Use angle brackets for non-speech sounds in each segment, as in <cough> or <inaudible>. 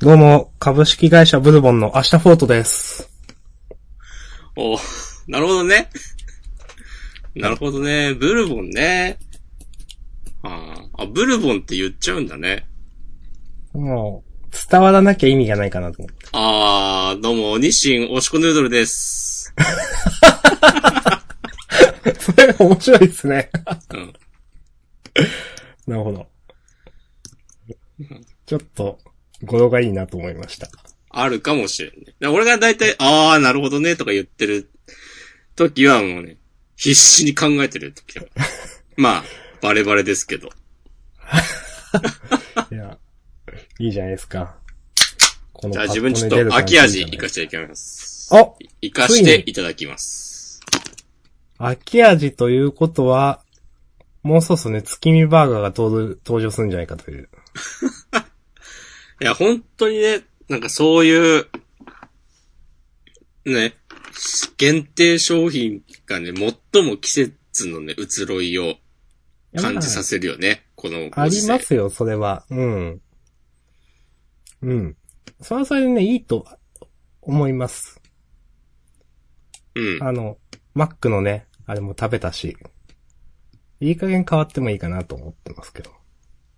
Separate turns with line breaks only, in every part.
どうも、株式会社ブルボンの明日フォートです。
おうなるほどね。なるほどね。ブルボンね。あーあ、ブルボンって言っちゃうんだね。
もう、伝わらなきゃ意味がないかなと思って。
ああ、どうも、日清おしこヌードルです。
それ <laughs> 面白いですね。
うん。
なるほど。ちょっと、語呂がいいなと思いま <laughs> した。
あるかもしれんね。だから俺が大体、ああ、なるほどね、とか言ってる時はもうね、必死に考えてる時 <laughs> だから。まあ、バレバレですけど。
いや、いいじゃないですか。この
じゃあ自分ちょっと秋味生かしていきます。
お
生かしていただきます。
秋味ということは、もうそうっすね、月見バーガーが登る登場するんじゃないかという。
いや、本当にね、なんかそういう、ね、限定商品がね、最も季節のね、移ろいを感じさせるよね。この
あ
ご時
り
世
ますよ、それは。うん。うん。それはそれでね、いいと思います。
うん。
あの、マックのね、あれも食べたし、いい加減変わってもいいかなと思ってますけど。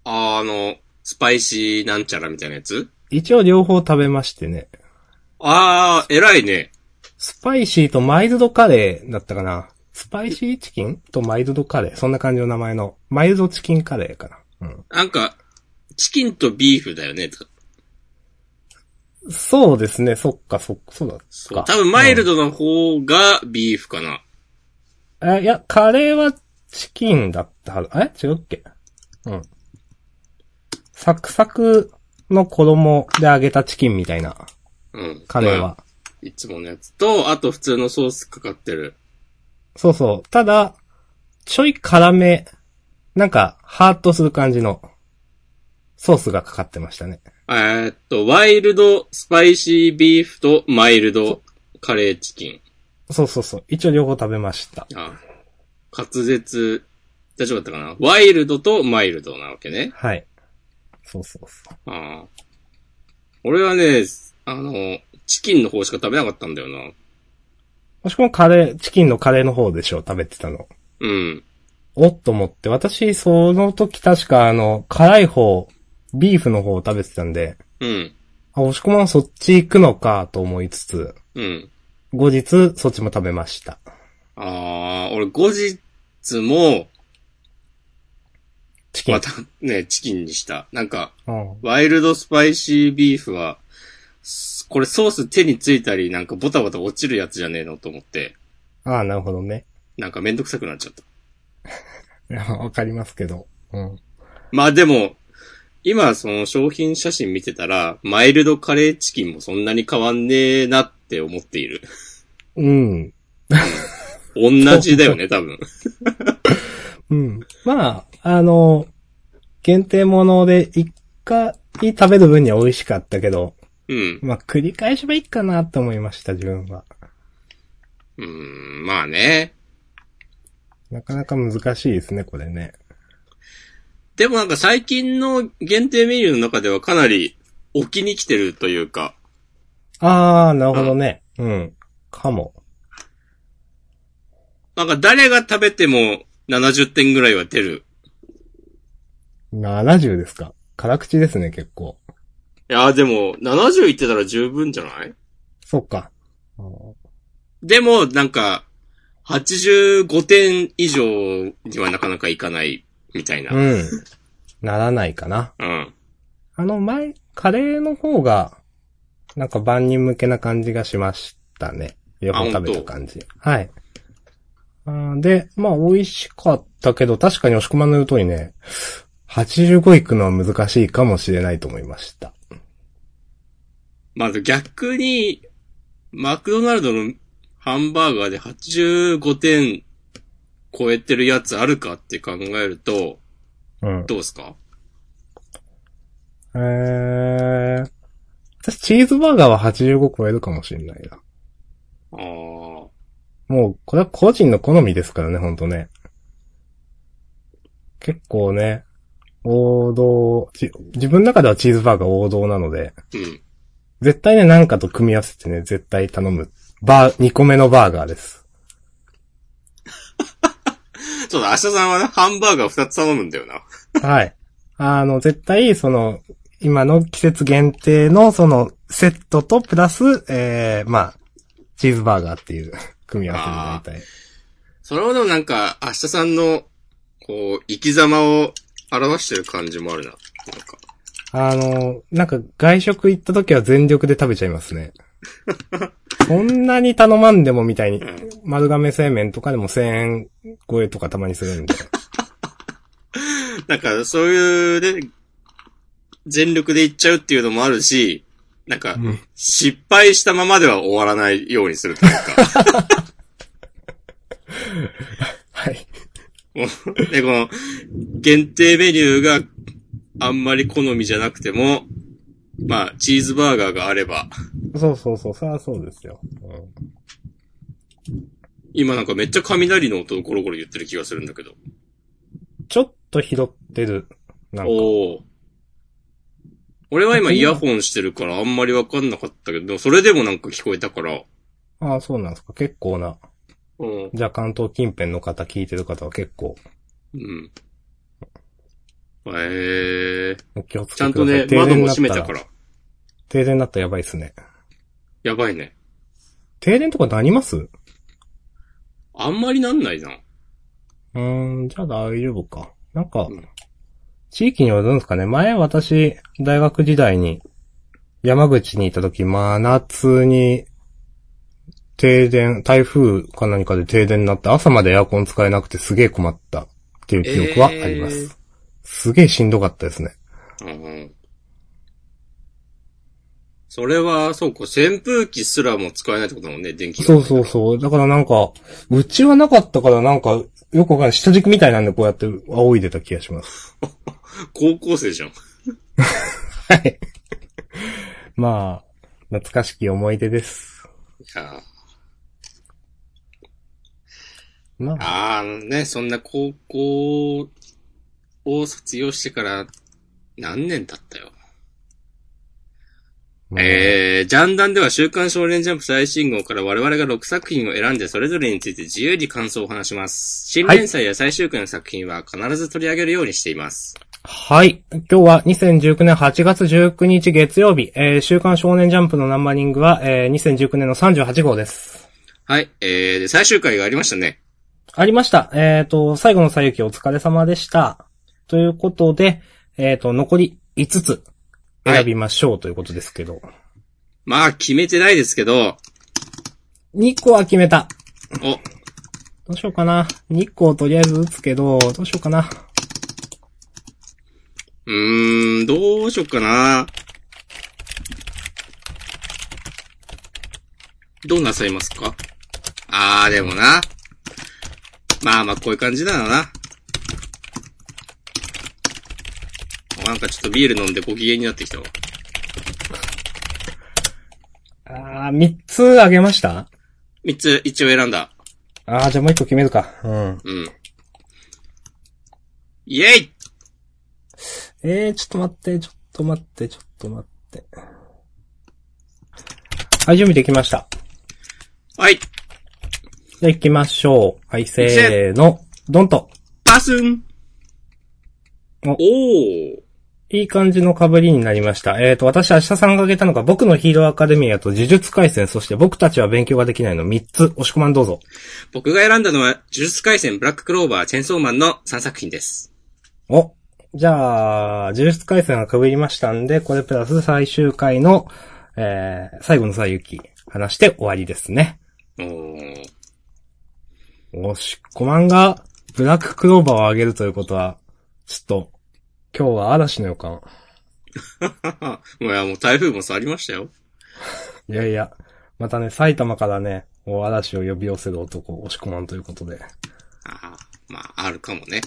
あの、スパイシーなんちゃらみたいなやつ
一応両方食べましてね、
あー、偉いね。
スパイシーとマイルドカレーだったかな。スパイシーチキンとマイルドカレー。そんな感じの名前の、マイルドチキンカレーかな。うん。
なんか、チキンとビーフだよね。
そうですね、そっか、そっか、そうだっ
そう
か。
多分マイルドの方がビーフかな。
うん、あいや、カレーはチキンだったはず。あれ違うっけうん。サクサクの衣で揚げたチキンみたいな、
うん。
カレー
ま
は
あ。。いつものやつと、あと普通のソースかかってる。
そうそう。ただ、ちょい辛め、なんか、ハーッとする感じの、ソースがかかってましたね。
えーっと、ワイルドスパイシービーフとマイルドカレーチキン。
そうそうそう。一応両方食べました。
あ、滑舌、大丈夫だったかなワイルドとマイルドなわけね。
はい。そうそうそう。
ああ俺はね、あの、チキンの方しか食べなかったんだよな。
もしくもカレー、チキンのカレーの方でしょ、食べてたの。
うん。
おっと思って、私、その時確かあの、辛い方、ビーフの方を食べてたんで、
うん。
あ、押し込まんそっち行くのか、と思いつつ、
うん。
後日、そっちも食べました。
ああ、俺後日も、
チキン。
またね、チキンにした。なんか、
うん。
ワイルドスパイシービーフは、すこれソース手についたり、なんかボタボタ落ちるやつじゃねえのと思って、
ああ、なるほどね。 <laughs>
なんかめんどくさくなっちゃった。
いやわかりますけど。うん。
まあでも、今その商品写真見てたら、マイルドカレーチキンもそんなに変わんねえなって思っている。
うん。
同じだよ <laughs> ね、多分。
うん。まあ、あの、限定もので一回食べる分には美味しかったけど、
うん。
まあ繰り返しばいいかなと思いました、自分は。
うーん、まあね。
なかなか難しいですね、これね。
でもなんか最近の限定メニューの中ではかなり置きに来てるというか、
あー、なるほどね。うん。かも。
なんか誰が食べても70点ぐらいは出る。
70ですか。辛口ですね、結構。
いやーでも、70いってたら十分じゃない
そっか。うん
でも、なんか、85点以上にはなかなかいかない、みたいな。
うん。ならないかな。
うん。
あの前、カレーの方が、なんか万人向けな感じがしましたね。両方食べた感じ。はい。あーで、まあ美味しかったけど、確かに押し込まんの言う通りね、85いくのは難しいかもしれないと思いました。
まず逆に、マクドナルドのハンバーガーで85点超えてるやつあるかって考えると、
うん。
どうですか
えー、私チーズバーガーは85超えるかもしれないな。
ああ。
もう、これは個人の好みですからね、ほんとね。結構ね、王道、ち自分の中ではチーズバーガー王道なので、
うん。
絶対ね、なんかと組み合わせてね、絶対頼む。バー、2個目のバーガーです。
そうだ、明日さんはね、ハンバーガー2つ頼むんだよな。
はい。あの、絶対、その、今の季節限定の、その、セットとプラス、えー、まあ、チーズバーガーっていう組み合わせで大体。
それはでもなんか、明日さんの、こう、生き様を表してる感じもあるな。なんか。
あの、なんか外食行った時は全力で食べちゃいます
<laughs>
ね。そんなに頼まんでもみたいに、丸亀製麺とかでも1000円超えとかたまにするんで。
なんか、そういう、ね、全力でいっちゃうっていうのもあるし、なんか、
うん
失敗したままでは終わらないようにするというか。
はい。
で、この、限定メニューがあんまり好みじゃなくても、まあ、チーズバーガーがあれば、
そうそうそう、そりゃそうですよ。
今なんかめっちゃ雷の音をゴロゴロ言ってる気がするんだけど。
ちょっと拾ってる。なんか、
おお。俺は今イヤホンしてるからあんまりわかんなかったけど、でもそれでもなんか聞こえたから、
ああ、そうなんですか。結構な。
うん。
じゃあ関東近辺の方聞いてる方は結構
うん。えー、
お気をつけ
ちゃん
くだ
と
さい。
ね、窓も
に
閉め
なったた。
からら。
停電になったらやばいですね。
やばいね。
停電とかなりますう
あんまりなんないな。
ーん、じゃあ大丈夫か。なんか、
うん
地域によるんですかね。前私、大学時代に、山口にいた時、真夏に、停電、台風か何かで停電になって、朝までエアコン使えなくてすげえ困ったっていう記憶はあります。
えー
すげえしんどかったですね。
うん。それは、そうか、扇風機すらも使えないってことだもんね、電気が。
そうそうそう。だからなんか、うちはなかったからなんか、よくわかんない。下敷きみたいなんでこうやって仰いでた気がします。
高校生じゃん。
はい。まあ、懐かしき思い出です。
いやー
まあ、
あーね、そんな高校を卒業してから何年経ったよ。
まあ
えー、ジャンダンでは週刊少年ジャンプ最新号から我々が6作品を選んでそれぞれについて自由に感想を話します。新連載や最終回の作品は必ず取り上げるようにしています。
はい。今日は2019年8月19日月曜日、えー週刊少年ジャンプのナンバリングは、えー2019年の38号です。
はい、えー、で、最終回がありましたね。
ありました。えっ、と、最後の最行きお疲れ様でした。ということで、えっ、と、残り5つ選びましょうということですけど。
まあ、決めてないですけど、
2個は決めた。
お、
どうしようかな。2個をとりあえず打つけど、どうしようかな。
うーん、どうしよっかな。どうなさいますかあー、でもな。まあまあ、こういう感じなのな。おなんかちょっとビール飲んでご機嫌になってきたわ。
あー、3つあげました
三つ一応選んだ。
あー、じゃあもう1個決めるか。うん。
うん。イェイ
えー、ちょっと待って、ちょっと待って、ちょっと待って。はい、準備できました。
はい
じゃあ行きましょう。はい、せーの。ドンと。
パスン
お
おー
いい感じの被りになりました。えーと、私、明日さんが挙げたのが、僕のヒーローアカデミアと呪術回戦、そして僕たちは勉強ができないの3つ。押し込まんどうぞ。
僕が選んだのは、呪術回戦、ブラッククローバー、チェンソーマンの3作品です。
お。じゃあ、呪術回戦が被りましたんで、これプラス最終回の、えー、最後の最行き、話して終わりですね。
おー <laughs>
おし、コマンが、ブラッククローバーを上げるということは、ちょっと、今日は嵐の予感。
いや、もう台風も去りましたよ。
いやいや、またね、埼玉からね、もう嵐を呼び寄せる男、押し込まんということで。
ああ、まあ、あるかもね。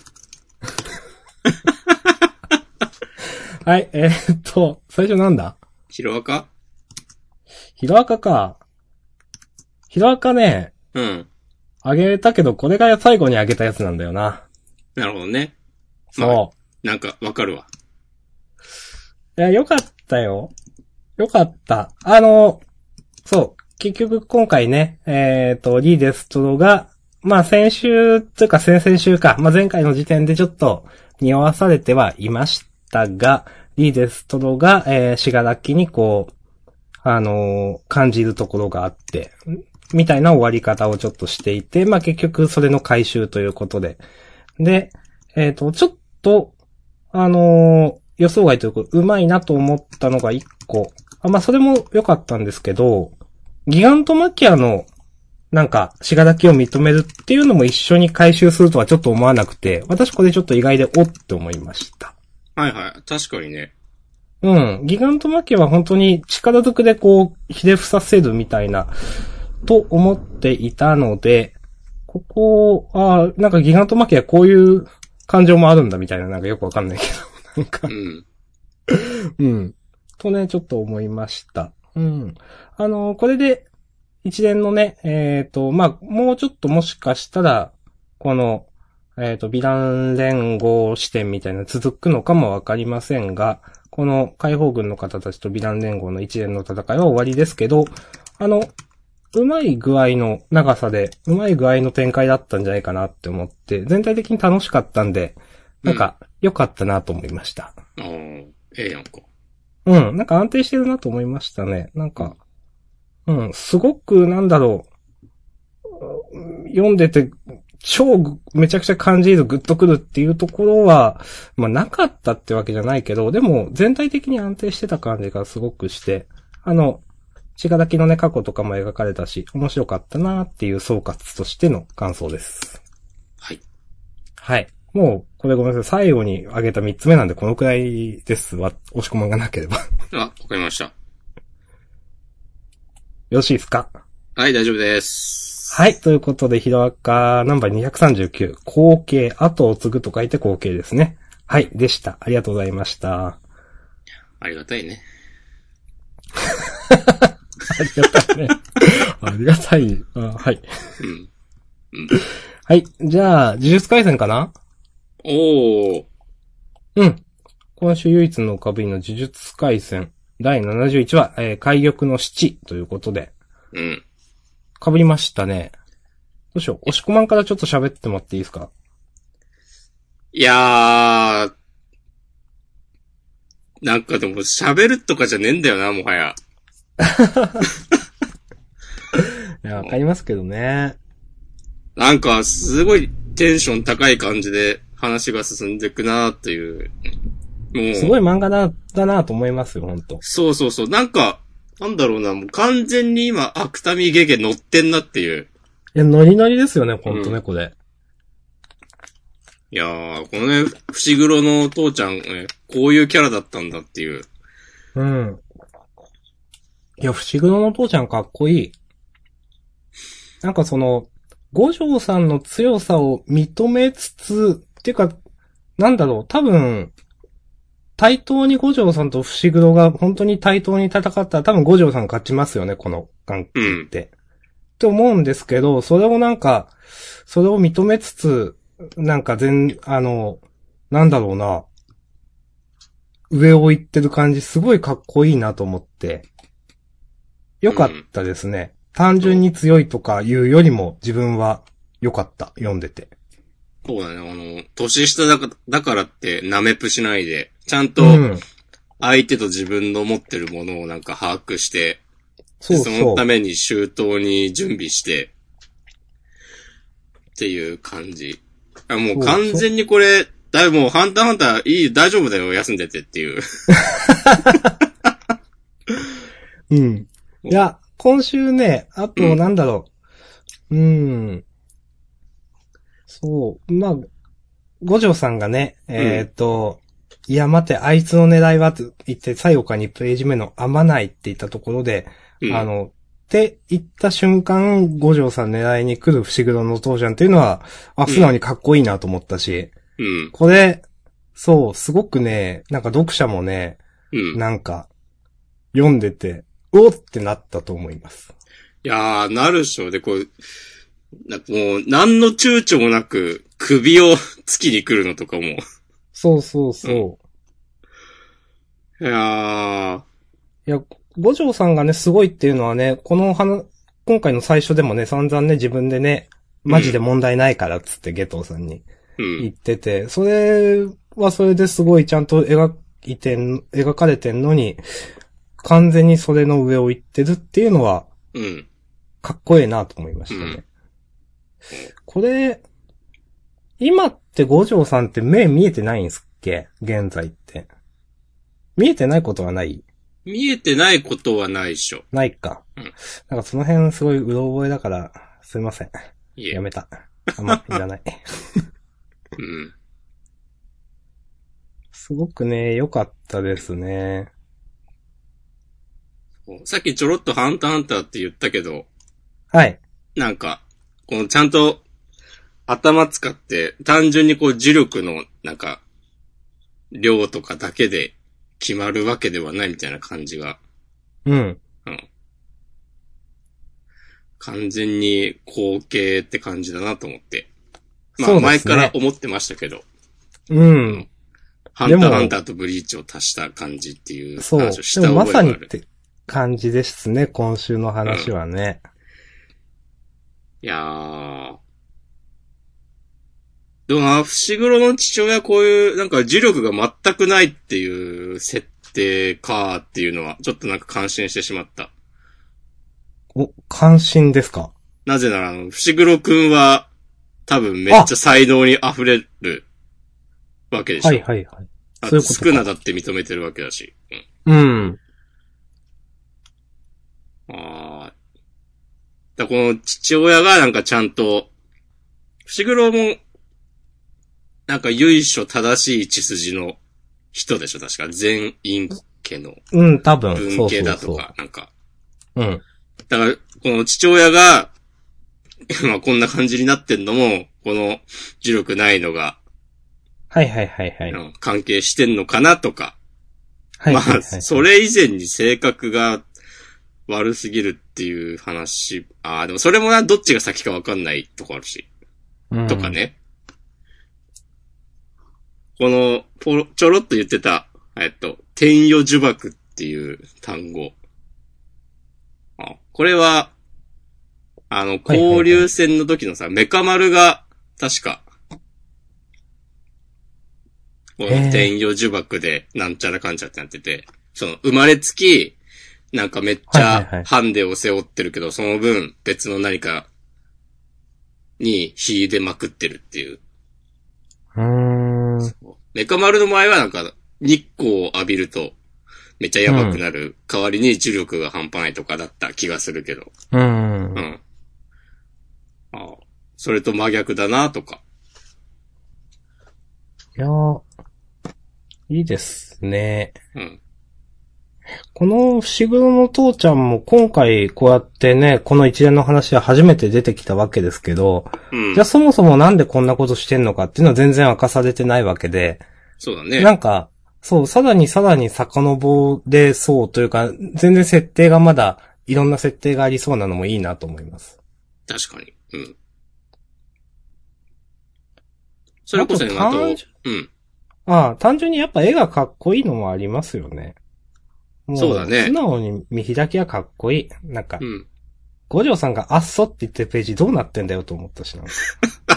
はい、えーっと、最初なんだ
ヒロアカ
ヒロアカか。ヒロアカね、
うん。
あげたけど、これが最後にあげたやつなんだよな。
なるほどね。まあ
そう。
なんか、わかるわ。
いや、よかったよ。よかった。あの、そう。結局今回ね、えっ、と、リーデストロが、まあ先週というか先々週か、まあ前回の時点でちょっと匂わされてはいましたが、リーデストロが、えー、しがらきにこう、あのー感じるところがあって、んみたいな終わり方をちょっとしていて、まあ結局それの回収ということで。で、えっ、と、ちょっと、あのー予想外というか、うまいなと思ったのが一個。あまあ、それも良かったんですけど、ギガントマキアの、なんか、しがらきを認めるっていうのも一緒に回収するとはちょっと思わなくて、私これちょっと意外でおって思いました。
はいはい。確かにね。
うん。ギガントマキアは本当に力ずくでこう、ひれ伏させるみたいな、と思っていたので、ここ、ああ、なんかギガントマキアこういう感情もあるんだみたいな、なんかよくわかんないけど、なんか
う、ん。
うん。とね、ちょっと思いました。うん。あの、これで、一連のね、えっ、と、まあ、もうちょっともしかしたら、この、えっ、と、美談連合視点みたいなの続くのかもわかりませんが、この解放軍の方たちと美談連合の一連の戦いは終わりですけど、あの、うまい具合の長さで、うまい具合の展開だったんじゃないかなって思って、全体的に楽しかったんで、なんか、良かったなと思いました。
ああ、ええやんか。
うん、なんか安定してるなと思いましたね。なんか、うん、すごくなんだろう、うん読んでて、超ぐめちゃくちゃ感じるグッとくるっていうところは、まあなかったってわけじゃないけど、でも全体的に安定してた感じがすごくして、あの、血がだきのね、過去とかも描かれたし、面白かったなっていう総括としての感想です。
はい。
はい。もう、これごめんなさい。最後に挙げた3つ目なんで、このくらいですわ。押し込まんがなければ。
あ、わかりました。
よろしいですか
はい、大丈夫です。
はい。ということで、ヒロアカナンバー239、後継、後を継ぐと書いて後継ですね。はい。でした。ありがとうございました。
ありがたいね。
ありがたいね。 <laughs> ありがたい。あはい。
うん。
はい。じゃあ、呪術回戦かな
おー。
うん。今週唯一の浮かぶりの呪術回戦、第71話、えー、海玉の七ということで、
うん。
被りましたね。どうしよう。押し込まんからちょっと喋ってもらっていいですか
いやー。なんかでも喋るとかじゃねえんだよな、もはや。
いや、わかりますけどね。
なんか、すごいテンション高い感じで話が進んでいくなという。もう。
すごい漫画だ、だなと思いますよ、ほんと。
そうそうそう。なんか、なんだろうな、もう完全に今、アクタミゲゲ乗ってんなっていう。
いや、ノリノリですよね、ほんとね、これ。
いやー、このね、伏黒の父ちゃん、ね、こういうキャラだったんだっていう。
うん。いや、伏黒の父ちゃんかっこいい。なんかその、五条さんの強さを認めつつ、っていうか、なんだろう、多分、対等に五条さんと伏黒が本当に対等に戦ったら多分五条さん勝ちますよね、この関係って。って思うんですけど、それをなんか、それを認めつつ、なんか全、あの、なんだろうな、上を行ってる感じ、すごいかっこいいなと思って、よかったですね。単純に強いとか言うよりも自分は良かった、読んでて。
そうだね、あの、年下だかだからって、ナメプしないで、ちゃんと、
うん。
相手と自分の持ってるものをなんか把握して、
そう
で
そ
そのた
う。
めに周到に準備して、っていう感じ。あもう完全にこれ、だいぶもうハンターハンターいい、大丈夫だよ、休んでてっていう。
うん。いや、今週ね、あ
う
と
ん
なんだろう。うん。そう。まあ、五条さんがね、えっ、と、いや、待て、あいつの狙いはって言って、最後かにページ目の編まないって言ったところで、
うん
あの、って言った瞬間、五条さん狙いに来る伏黒の父ちゃんっていうのは、あ、素直にかっこいいなと思ったし、
うん。
これ、そう、すごくね、なんか読者もね、
うん。い
なんか、読んでて、おっってなったと思います。
やー、なるでしょ。で、こう、なんかもう、何の躊躇もなく、首を突きに来るのとかも、
そうそうそう。
いやー、
いや、五条さんがね、すごいっていうのはね、この話、今回の最初でもね、散々ね、自分でね、マジで問題ないからっつって、ゲトウさんに
う
言っ
ん。
てて、それはそれですごいちゃんと描いてん、描かれてんのに、完全にそれの上を行ってるっていうのは、
うん。
かっこええなと思いましたね。
うん
これ、今って五条さんって目見えてないんすっけ現在って。見えてないことはない
見えてないことはないでしょ。
ないか。
うん
なんかその辺すごいうろ覚えだから、すいません。
いえ
や。めた。あんま、いらない。 <laughs>
うん。
すごくね、良かったですね。
さっきちょろっとハンターハンターって言ったけど、
はい。
なんか、このちゃんと頭使って、単純にこう磁力の、なんか、量とかだけで決まるわけではないみたいな感じが、
うん。
完全に光景って感じだなと思って。ま
そ
あ
うで
前
す
か
ね
ら思ってましたけど、
うん。
ハンターハンターとブリーチを足した感じっていう
そう。
話をし
で
た
もま
覚えが
さ
あ
にっ
る。
て感じですね、今週の話はね。
いやー。でも、アフシグロの父親はこういう、なんか磁力が全くないっていう設定かーっていうのは、ちょっとなんか感心してしまった。
お、関心ですか
なぜなら、あの、伏黒くんは、多分めっちゃ才能に溢れるわけでしょ。
はいはいはい。
だっ
そうい
て
うことか
少なだって認めてるわけだし。うん
うん。
ああ。だからこの父親がなんかちゃんと、伏黒も、なんか由緒正しい血筋の人でしょ、確か。全員家の
うん、多分。そ
文
うそ
系
う
だ
そ
と
う。
か、なんか。
うん。
だから、この父親が、 <laughs> まあこんな感じになってんのも、この呪力ないのが、
はいはいはいはい。
うん関係してんのかなとか。
はい
ま
はいはい。
あ、それ以前に性格が悪すぎるっていう話。ああ、でもそれもな、どっちが先かわかんないとこあるし。
うん
とか。ね。この、ポロ、ちょろっと言ってた、えっと、天与呪縛っていう単語。あ、これは、あの、
はいはい
交流戦の時のさ、メカ丸が、確か、この
へー
天与呪縛で、なんちゃらかんちゃってなってて、その、生まれつき、なんかめっち
はいはいは
ゃ
い、
ハンデを背負ってるけど、その分、別の何かに秀でまくってるっていう。
うーん。
メカ丸の場合はなんか、日光を浴びると、めっちゃやばくなる。代わりに重力が半端ないとかだった気がするけど。
うん
う。ん。ああそれと真逆だなとか。
いやーいいですね。
うん。
この伏黒の父ちゃんも今回こうやってね、この一連の話は初めて出てきたわけですけど、
うん
じゃあ。そもそもなんでこんなことしてんのかっていうのは全然明かされてないわけで、
そうだね。
なんか、そう、さらにさらに遡れそうというか、全然設定がまだ、いろんな設定がありそうなのもいいなと思います。
確かに。うん。それこそね、
あ
あ
と
と
単、
うん。
ああ、単純にやっぱ絵がかっこいいのもありますよね。も
そうだね
素直に見開きはかっこいい。なんか
う、ん。
五条さんがあっそって言ってるページどうなってんだよと思ったしな。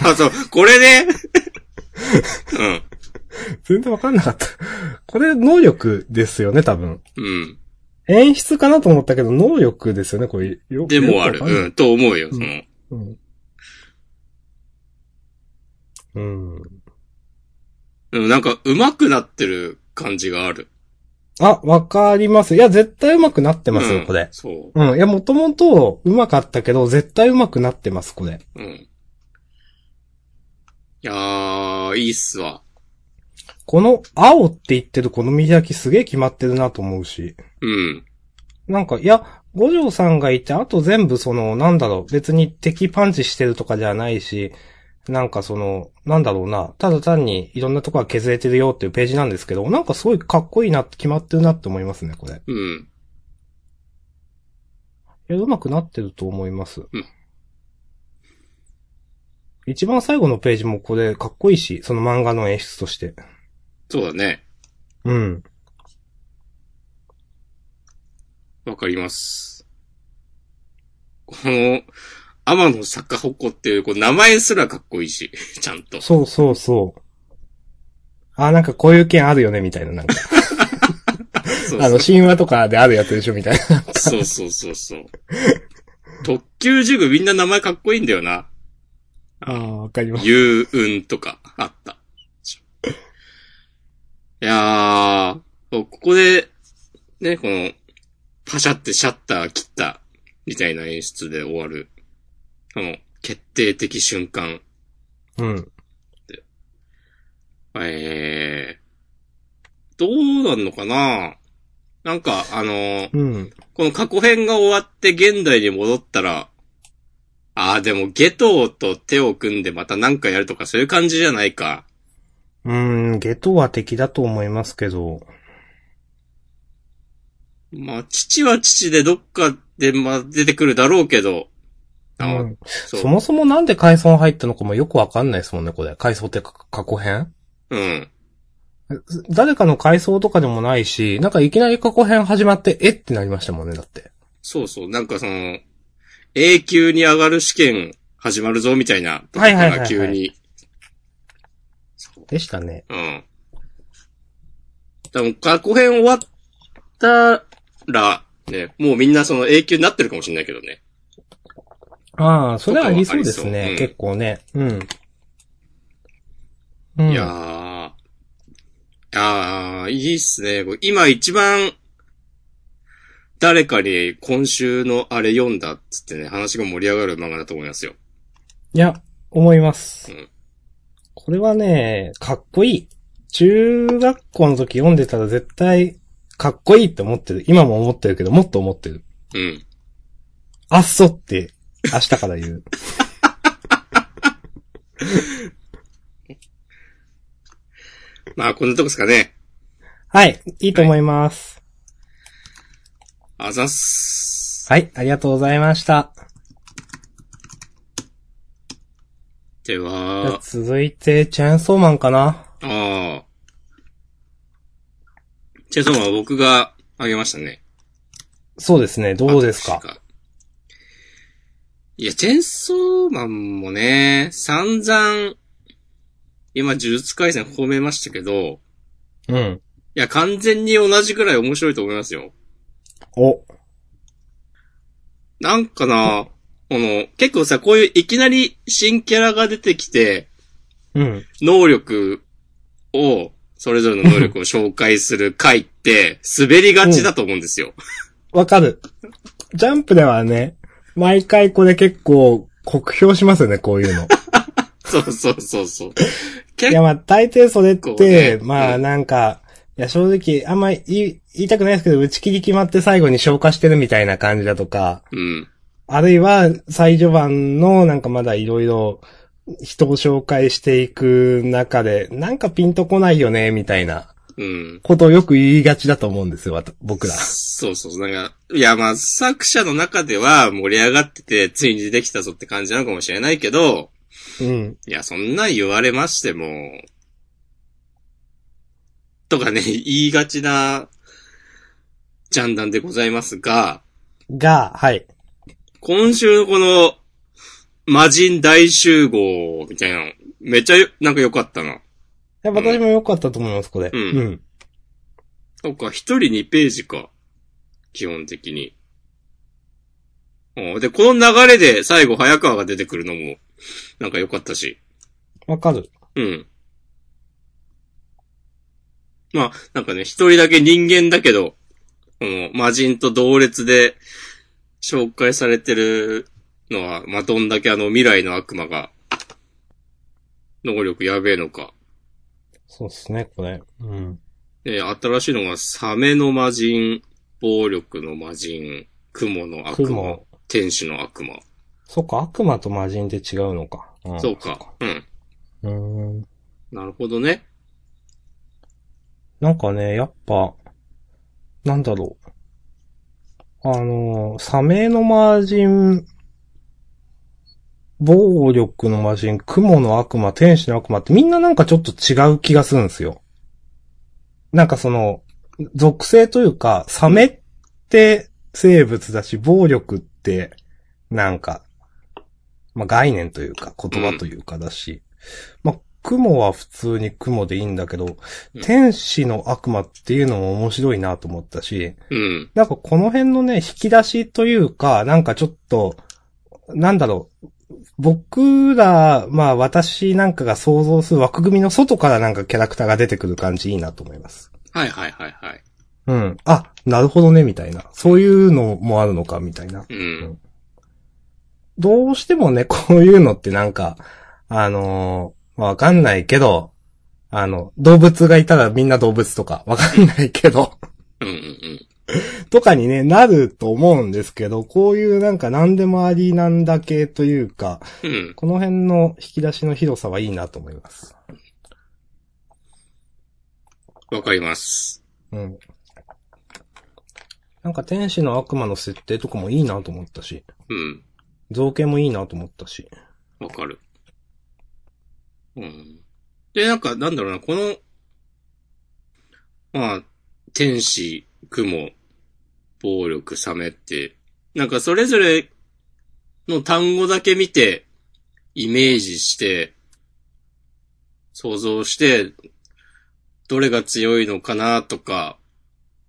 あ、そう、これね。
<laughs> 全然わかんなかった。 <laughs> これ能力ですよね、多分。
うん。うん。
演出かなと思ったけど、能力ですよね、これ。よ
でもある。
よくわかん
う
ない
ん。と思うよ。
うん
その、
うん。うん。
うん、なんか、上手くなってる感じがある。
あ、わかります。いや、絶対上手くなってます
う
よ、
ん
これ。
そ
うん。いや、もともと上手かったけど、絶対上手くなってます、これ。
う。うん。いやー、いいっすわ。
この、青って言ってるこの見開きすげえ決まってるなと思うし。
うん。
なんか、いや、五条さんがいて、あと全部その、なんだろう、別に敵パンチしてるとかじゃないし、なんかその、なんだろうな、ただ単にいろんなとこが削れてるよっていうページなんですけど、なんかすごいかっこいいなって決まってるなって思いますね、これ。い
うん。
や、上手くなってると思います。
うん
一番最後のページもこれかっこいいし、その漫画の演出として。
そうだね。
うん。
わかります。この、天野坂穂子っていう、こう名前すらかっこいいし、 <laughs> ちゃんと。
そうそうそう。あ、なんかこういう件あるよね、みたいな。なんか、
そう
あの、神話とかであるやつでしょ、み
<laughs>
たいな。
そうそうそうそう。特急ジグみんな名前かっこいいんだよな。
ああ、わかります。
ゆううんとか、あった。いやー、ここで、ね、この、パシャってシャッター切った、みたいな演出で終わる。この、決定的瞬間。
うん。
えー、どうなんのかななんか、あのー
うん。
この過去編が終わって現代に戻ったら、ああ、でも、ゲトウと手を組んでまたなんかやるとかそういう感じじゃないか。
うん、ゲトは敵だと思いますけど。
まあ、父は父でどっかで、まあ、出てくるだろうけど、あ
うん
そ
そもそもなんで階層入ったのかもよくわかんないですもんね、これ。階層ってか過去編
うん。
誰かの階層とかでもないし、なんかいきなり過去編始まって、えってなりましたもんね、だって。
そうそう。なんかその、永久に上がる試験始まるぞみたいなとこ
はいはいは
か
いは
ら
い
急に。
でしたね。
うん。でも、過去編終わったら、ね、もうみんなその永久になってるかもしれないけどね。
ああ、それはありそうです
とかはありそうう
ね
ん、
結構ね。うん。うん。
いやー。いやー、いいっすね。これ今一番、誰かに今週のあれ読んだっつってね、話が盛り上がる漫画だと思いますよ。
いや、思います。
うん
これはね、かっこいい。中学校の時読んでたら絶対、かっこいいって思ってる。今も思ってるけど、もっと思ってる。
うん。
あっそって、明日から言
<laughs>
う。
まあ、こんなとこですかね。
はい、いいと思います。
あざっす。
はい、ありがとうございました。
で
じゃあ
は、
続いて、チェーンソーマンかな
ああ。チェソンは僕があげましたね。
そうですね、どうですか
確いや、チェンソーマンもね、散々、今、呪術回戦褒めましたけど、
うん。
いや、完全に同じくらい面白いと思いますよ。
お、
なんかな、この、結構さ、こういういきなり新キャラが出てきて、
うん。
能力を、それぞれの能力を紹介する回って、滑りがちだと思うんですよ。
わかる。ジャンプではね、毎回これ結構、酷評しますよね、こういうの。
そうそうそうそう。
い
結 <laughs>
や、まあ、大抵それっ
こう
て、
ね
ま
う
あ、
ん
なんか、いや、正直、あんまり言い言いたくないですけど、打ち切り決まって最後に消化してるみたいな感じだとか、
うん。
あるいは、最序盤の、なんかまだいろいろ、人を紹介していく中で、なんかピンとこないよね、みたいな
うん。
ことをよく言いがちだと思うんですよ、わた僕ら。
そうそう、なんか、いや、まあ、作者の中では盛り上がってて、ついにできたぞって感じなのかもしれないけど、
うん。
いや、そんなん言われましても、とかね、 <laughs> 言いがちな、ジャンダンでございますが、
が、はい。
今週のこの、魔人大集合、みたいなの、めっちゃよ、なんか良かったな。
いや、私も良かったと思います、これ。
うん
うん。
そうか、一人2ページか。基本的に。うんで、この流れで最後、早川が出てくるのも、なんか良かったし。
わかる。
うん。まあ、なんかね、一人だけ人間だけど、この魔人と同列で紹介されてるのは、まあ、どんだけあの未来の悪魔が、能力やべえのか。
そうですね、これ。うん。
で、新しいのが、サメの魔人、暴力の魔人、雲の悪魔
雲、
天使の悪魔。
そっか、悪魔と魔人って違うのか。ん
そうか。。うん。
うーん。
なるほどね。
なんかね、やっぱ、なんだろう。あのー、サメの魔人、暴力の魔人、雲の悪魔、天使の悪魔ってみんななんかちょっと違う気がするんですよ。なんかその、属性というか、サメって生物だし、暴力って、なんか、まあ、概念というか、言葉というかだし、まあ、雲は普通に雲でいいんだけど
うん、
天使の悪魔っていうのも面白いなと思ったし、
うん。
なんかこの辺のね、引き出しというか、なんかちょっと、なんだろう。僕ら、まあ私なんかが想像する枠組みの外からなんかキャラクターが出てくる感じいいなと思います。
はいはいはいはい。
うん。あ、なるほどね、みたいな。そういうのもあるのか、みたいな。
うん。
どうしてもね、 <laughs> こういうのってなんか、あのーまあわかんないけど、あの、動物がいたらみんな動物とか、わかんないけど、
うんうん
とかにね、なると思うんですけど、こういうなんか何でもありなんだ系というか、
うん。うん。
この辺の引き出しの広さはいいなと思います。
わかります。
うん。なんか天使の悪魔の設定とかもいいなと思ったし、
うん。
造形もいいなと思ったし。
わかる。うん。で、なんか、なんだろうな、この、まあ、天使、雲、暴力、サメって、なんかそれぞれの単語だけ見て、イメージして、想像して、どれが強いのかなとか、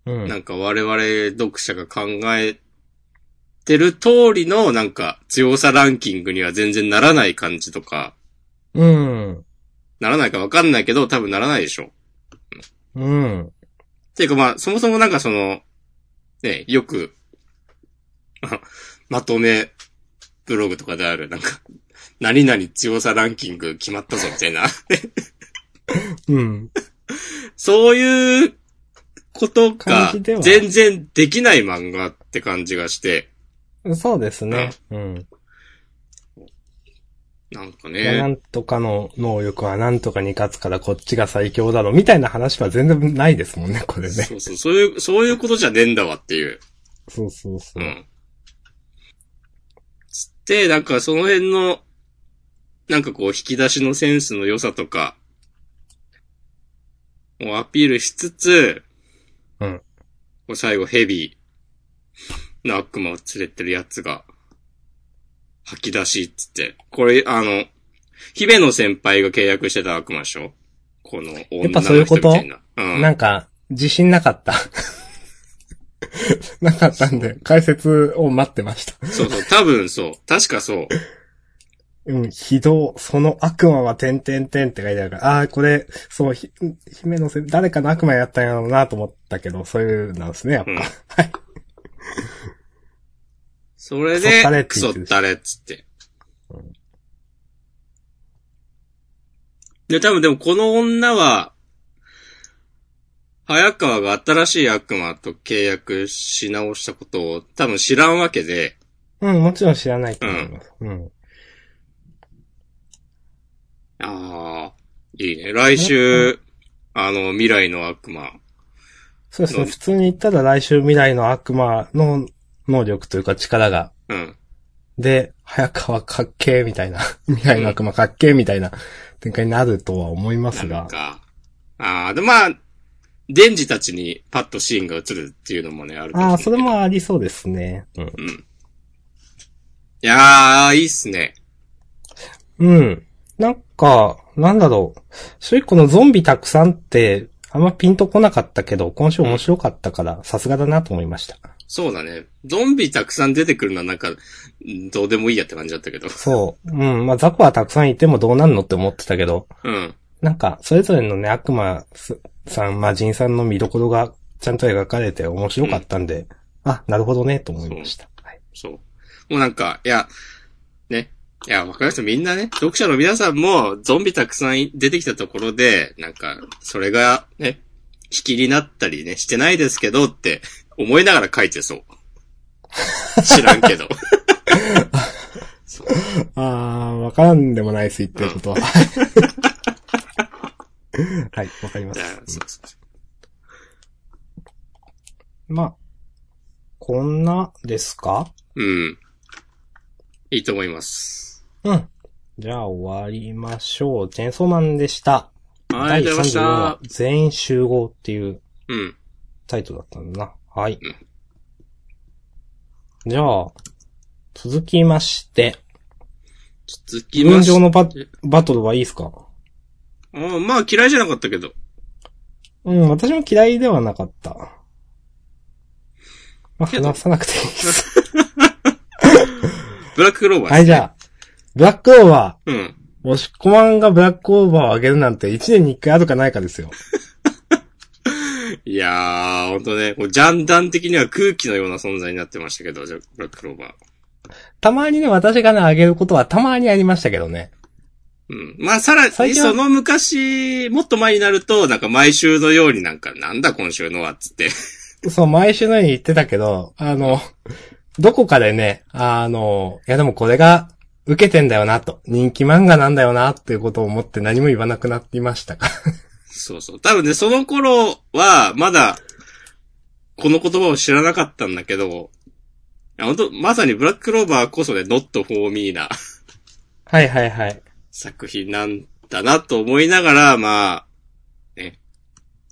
うん。
なんか我々読者が考えてる通りのなんか強さランキングには全然ならない感じとか、
うん。
ならないかわかんないけど多分ならないでしょ。
うん。
ていうかまあそもそもなんかその、ね、よく、 <laughs> ままとめブログとかであるなんか、何々強さランキング決まったぞみたいな、 <laughs>
うん。
そういうこと
感
が
じでは
全然できない漫画って感じがして、
そうですね。うん。
なんか
まあな
ね、
んとかの能力はなんとかに勝つからこっちが最強だろ、みたいな話は全然ないですもんね、これね。
そうそう、そういう、そういうことじゃねえんだわっていう。
そうそうそうう。
ん。つって、なんかその辺の、なんかこう引き出しのセンスの良さとか、をアピールしつつ、
うん
こう最後ヘビーの悪魔を連れてるやつが、吐き出しっつって、これあの、姫野先輩が契約してた悪魔でしょこの女
ぱそうい
の
う
人
こと
みたいな。うん
なんか、自信なかった。 <laughs> なかったんで、解説を待ってました。
そうそう、多分そう。確かそう。
うん、非道、その悪魔は点々点って書いてあるから、ああー、これ、そう、ひ姫のせ、誰かの悪魔やったんやろうなと思ったけど、そういうなんですね、やっぱ。
うん
はい。
それ
クソったれ
で、
って
ク
言
ソ
っ
って
る
たれっつって。で、多分でもこの女は、早川が新しい悪魔と契約し直したことを多分知らんわけで、
うん、もちろん知らないと思います。うん。
ああ、いいね。来週、あの、未来の悪魔。
そうです
う
ね、
ん
普通に言ったら来週未来の悪魔の能力というか力が、
うん。
で、早川かっけーみたいな、 <laughs> 未来の悪魔かっけーみたいな展開になるとは思います
なん
が、
か。ああ、で、まあ、デンジたちにパッとシーンが映るっていうのもね、あると思う
ああ、それもありそうですね。うん。
いやー、いいっすね。
うん。なんか、なんだろう。そういうこのゾンビたくさんって、あんまピンとこなかったけど、今週面白かったから、さすがだなと思いました。
そうだね。ゾンビたくさん出てくるのはなんか、うんどうでもいいやって感じだったけど。 <laughs>
そう。うん。まあ、ザコはたくさんいてもどうなんのって思ってたけど、
うん。
なんか、それぞれのね、悪魔すさん、魔人さんの見どころが、ちゃんと描かれて面白かったんで、あ、なるほどね、と思いました。はい。
そう。もうなんか、いや、ね。いや、わかりました。みんなね、読者の皆さんも、ゾンビたくさんい出てきたところで、なんか、それが、ね、引きになったりね、してないですけどって、思いながら書いてそう。知らんけど。そう
あー、わからんでもないです、言ってることは。 <laughs> はい、わかりま
い
す
や。そうそうそ
まあ、こんなですか
ううん。いいと思います。
うん。じゃあ終わりましょう。チェーンソーマンでした。
はい、ありがとうございま
35
し
話
た。
全員集合っていう
うん。
タイトルだったんだな。はい
うん。
じゃあ、続きまして、
続きま
群
し
青
て。
のババトルはいいですか
あまあ嫌いじゃなかったけど。
うん、私も嫌いではなかった。まあ、
けど
話さなくていいで
<laughs>
す。
ブラッククローバー、
はい、じ
あ。
ゃあ、ブラックオーバー。
うん。
もしこまんがブラックオーバーを上げるなんて1年に1回あるかないかですよ。
いやー、ほんとね、こうジャンダン的には空気のような存在になってましたけど、じゃあブラッククローバー。
たまにね、私がね、上げることはたまにありましたけどね。
うん。まあ、さら
最
に、
近は
その昔、もっと前になると、なんか毎週のようになんか、なんだ今週のは、つって。 <laughs>
そう、毎週のように言ってたけど、あの、どこかでね、あの、いやでもこれが受けてんだよなと、人気漫画なんだよなっていうことを思って何も言わなくなっていましたが。
そうそう。多分ね、その頃は、まだ、この言葉を知らなかったんだけど、いや、本当まさにブラッククローバーこそね、not for me な <laughs>
はいはいはい。
作品なんだなと思いながら、まあ、ね。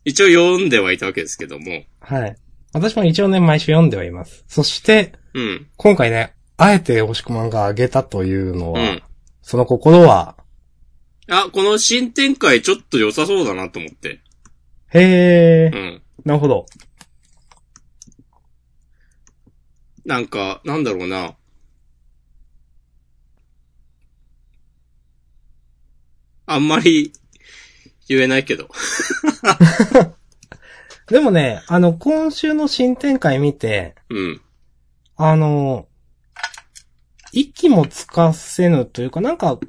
一応読んではいたわけですけども。
はい。私も一応ね、毎週読んではいます。そして、
うん。
今回ね、あえて押し込まんが上げたというの
う
は、
ん。
その心は、
あ、この新展開ちょっと良さそうだなと思って。
へー
う、ん。
なるほど。
なんか、なんだろうな。あんまり言えないけど。
でもね、あの、今週の新展開見て、
うん。
あの、息もつかせぬというか、なんか、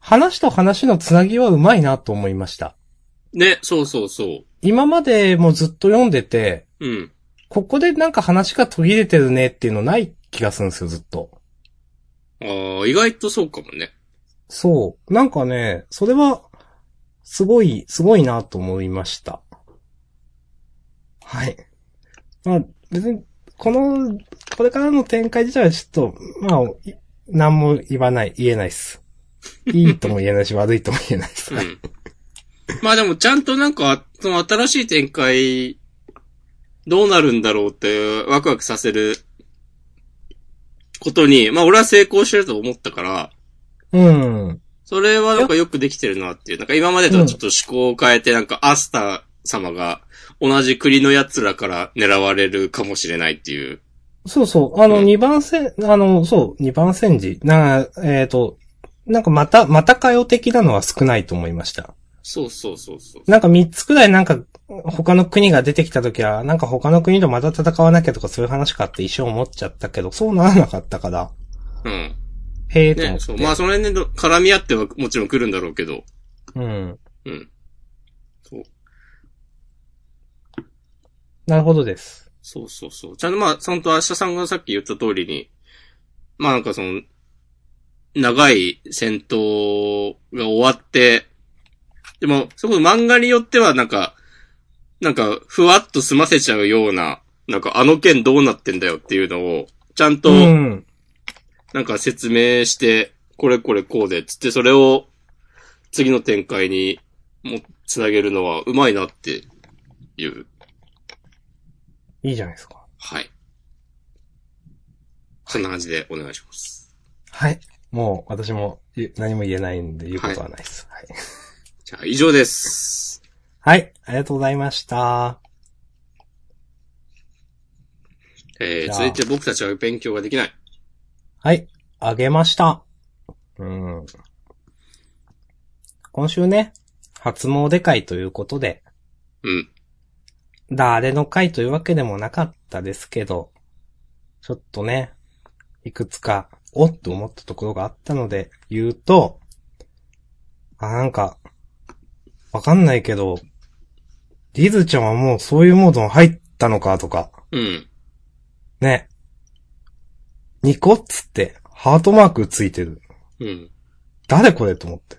話と話のつなぎはうまいなと思いました。
ね、そうそうそ
今までもずっと読んでて、
う。うん。
ここでなんか話が途切れてるねっていうのない気がするんですよ、ずっと。
ああ、意外とそうかもね。
そう。なんかね、それは、すごい、すごいなと思いました。はい。まあ、別に、この、これからの展開自体はちょっと、まあ、い何も言わない、言えないっす。いいとも言えないし、 <laughs> 悪いとも言えないっす。
う
はい
ん。まあでもちゃんとなんか、その新しい展開、どうなるんだろうってワクワクさせることに、まあ俺は成功してると思ったから、
うん。
それはなんかよくできてるなっていう。なんか今までとはちょっと思考を変えて、なんかアスター様が同じ国の奴らから狙われるかもしれないっていう。
そうそう。あ
う
の、
ん
二番線、あの、そう、二番戦時。な、えっ、と、なんかまた、またかよ的なのは少ないと思いました。
そうそうそうそう。
なんか三つくらいなんか、他の国が出てきた時は、なんか他の国とまた戦わなきゃとかそういう話かって一生思っちゃったけど、そうならなかったから、
うん。
へえと思
ね、
って。
そう。まあその辺でど絡み合ってはもちろん来るんだろうけど。
うん。
うん。そう。
なるほどです。
そうそうそう。ちゃんとまあ、ちゃんと明日さんがさっき言った通りに、まあなんかその、長い戦闘が終わって、でも、そこ漫画によってはなんか、なんか、ふわっと済ませちゃうような、なんかあの件どうなってんだよっていうのを、ちゃんと、
うん。
なんか説明して、これこれこうで、つってそれを、次の展開にも、つなげるのはうまいなっていう。
いいじゃないですか。
はい。そんな感じでお願いします。
はい。もう、私もゆ何も言えないんで言うことはないです。はい。
じゃあ、以上です。
はい。ありがとうございました。
え
じ
ー、
ゃあ
続いて僕たちは勉強ができない。
はい。あげました。うん。今週ね、初詣会ということで、
うん。
誰の回というわけでもなかったですけど、ちょっとね、いくつか、おっと思ったところがあったので言うと、あ、なんか、わかんないけど、リズちゃんはもうそういうモードに入ったのかとか、
うん。
ね。ニコっつって、ハートマークついてる。
うん。
誰これと思って。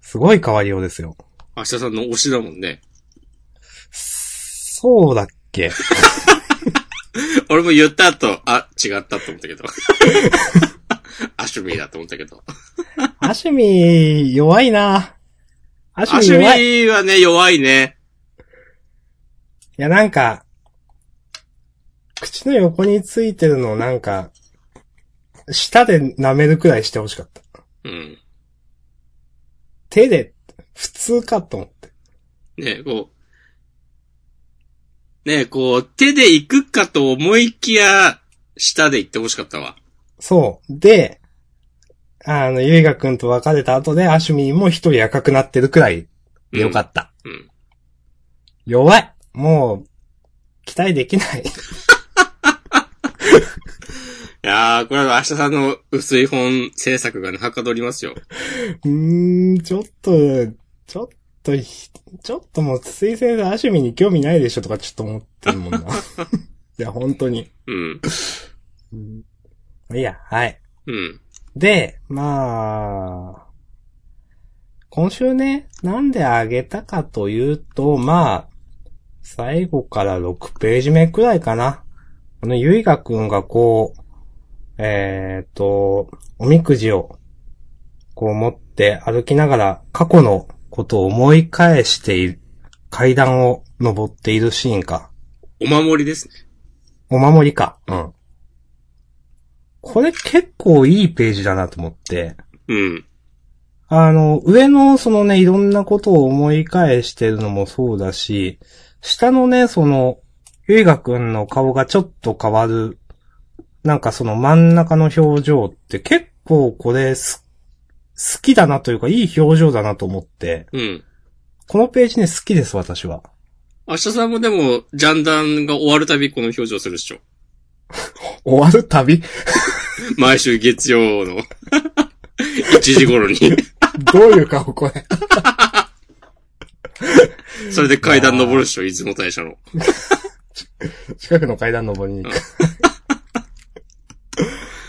すごい変わりようですよ。
明日さんの推しだもんね。 <laughs>
そうだっけ
俺も言った後、あ、違ったと思ったけど。 <laughs> アシュミーだと思ったけど。
アシュミ、弱いなアシ
ア
ュ
シュ
ミ弱い。い
ミはね、弱いね。
や、なんか、口の横についてるのをなんか、舌で舐めるくらいしてほしかった。
うん。
手で、普通かと思って。
ね、こう。ね、こう、手で行くかと思いきや、下で行ってほしかったわ。
そう。で、あの、ゆいがくんと別れた後で、アシュミも一人赤くなってるくらい、
うん
よかった。
うん。
弱い。もう、期待できない。
いやー、これは明日さんの薄い本制作がね、はかどりますよ。
うーん、ちょっと、ちょっとひ、ちょっともう、筒井先生、アシュミに興味ないでしょとかちょっと思ってるもんな。いや、本当に。
うん。
いや、はい。
うん。
で、まあ、今週ね、なんであげたかというと、まあ、最後から6ページ目くらいかな。このゆいがくんがこう、えっ、と、おみくじを、こう持って歩きながら過去のことを思い返している、階段を登っているシーンか。
お守りですね。
お守りか。うん。これ結構いいページだなと思って。
うん。
あの、上のそのね、いろんなことを思い返してるのもそうだし、下のね、その、ゆいがくんの顔がちょっと変わる、なんかその真ん中の表情って結構これす、好きだなというか、いい表情だなと思って、
うん。
このページね、好きです、私は。
明日さんもでも、ジャンダンが終わるたびこの表情するでしょ。
終わるたび、
毎週月曜の、1時頃に、
どういう顔これ。
それで階段登るでしょ、出雲大社の。
<laughs> 近くの階段登りに行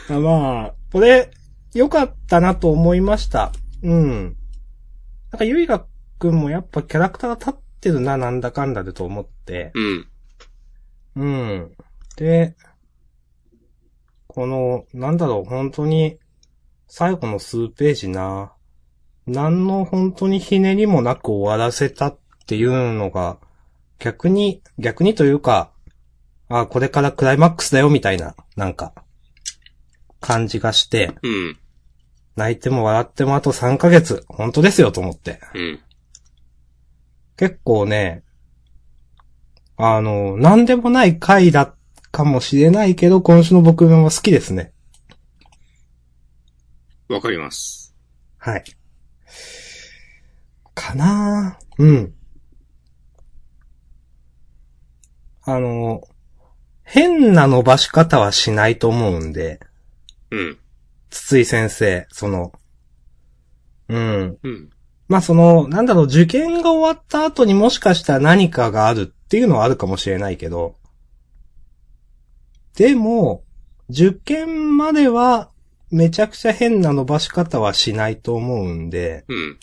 く。 <laughs> まあ、これ、良かったなと思いました。うん。なんか、ゆいがくんもやっぱキャラクターが立ってるな、なんだかんだでと思って。
うん。
うん。で、この、なんだろう、本当に、最後の数ページな、何の本当にひねりもなく終わらせたっていうのが、逆に、逆にというか、あ、これからクライマックスだよみたいな、なんか、感じがして、
うん。
泣いても笑ってもあと3ヶ月、本当ですよと思って。
うん。
結構ね、あの、なんでもない回だかもしれないけど、今週の僕分は好きですね。
わかります。
はい。かなぁ。うん。あの、変な伸ばし方はしないと思うんで、
うん。
筒井先生、その、うん。
うん。
まあその、なんだろう、受験が終わった後にもしかしたら何かがあるっていうのはあるかもしれないけど、でも、受験まではめちゃくちゃ変な伸ばし方はしないと思うんで、
うん。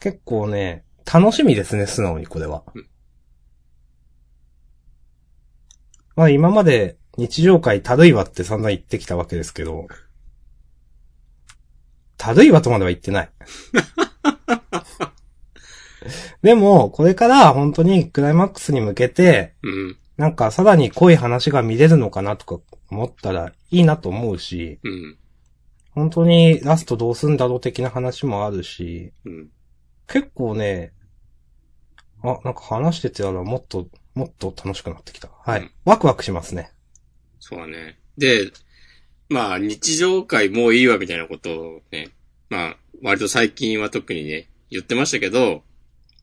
結構ね、楽しみですね、素直にこれは
うん。
まあ今まで日常会たるいわって散々言ってきたわけですけど、たるいわとまでは言って
<laughs>
ない。でも、これから本当にクライマックスに向けて、
うん。
なんかさらに濃い話が見れるのかなとか思ったらいいなと思うし、
うん。
本当にラストどうすんだろう的な話もあるし、
うん。
結構ね、あ、なんか話してたらもっと、もっと楽しくなってきた。はい。
うん
ワクワクしますね。
そうだね。で、まあ、日常会もういいわみたいなことをね、まあ、割と最近は特にね、言ってましたけど、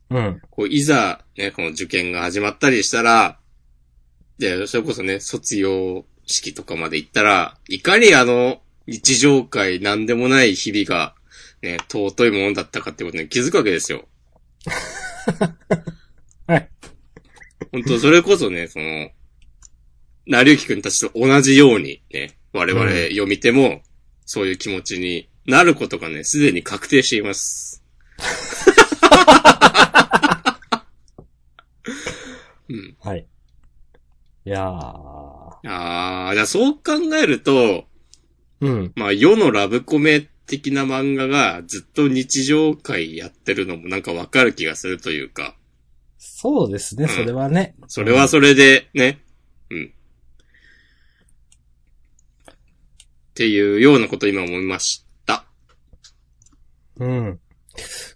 うん。
こう、いざ、ね、この受験が始まったりしたら、で、それこそね、卒業式とかまで行ったら、いかにあの、日常会なんでもない日々が、ね、尊いものだったかってことに気づくわけですよ。
<laughs> はい。
本当それこそね、その、なりゆきくんたちと同じようにね、我々読み手も、そういう気持ちになることがね、すでに確定して
<laughs>
います。うん。
はい。いやー。
ああ、じゃあそう考えると、
うん。
まあ世のラブコメっ的な漫画がずっと日常会やってるのもなんかわかる気がするというか、
そうですね、
うん
それはね。
それはそれでね、うん。っていうようなこと今思いました。
うん。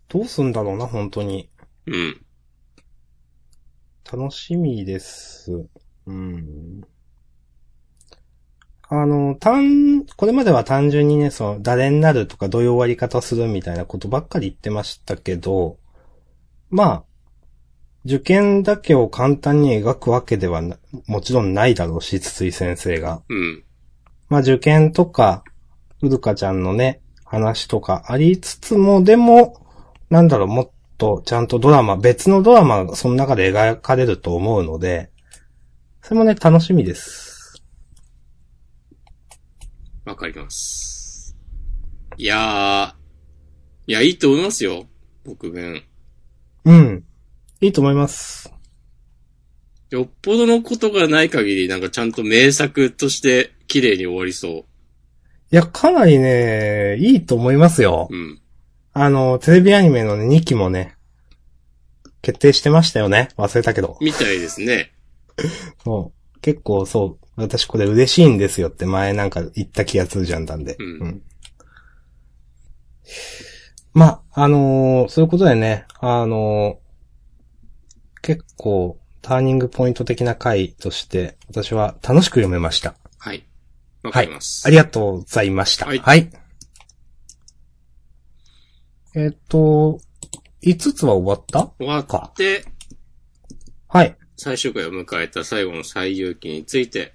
どうすんだろうな、本当に。
うん。
楽しみです。うん。あの、単、これまでは単純にね、その、誰になるとかどういう終わり方するみたいなことばっかり言ってましたけど、まあ、受験だけを簡単に描くわけではな、もちろんないだろうし、筒井先生が。
うん。
まあ、受験とか、うるかちゃんのね、話とかありつつも、でも、なんだろう、もっとちゃんとドラマ、別のドラマがその中で描かれると思うので、それもね、楽しみです。
わかります。いやー、いや、いいと思いますよ。僕弁。
うん。いいと思います。
よっぽどのことがない限り、なんかちゃんと名作として綺麗に終わりそ
いや、かなりね、いいと思いますよ
う。。うん。
あの、テレビアニメのね、2期もね、決定してましたよね。忘れたけど。
みたいですね。
そう。結構そう、私これ嬉しいんですよって前なんか言った気がするじゃんだんで。
うん
まあ、あのーそういうことでね、あのー結構ターニングポイント的な回として私は楽しく読めました。
はい。わかります。
ありがとうございました。
はい
えっと、5つは終わった
終わって、
はい。
最終回を迎えた最後の最有機について、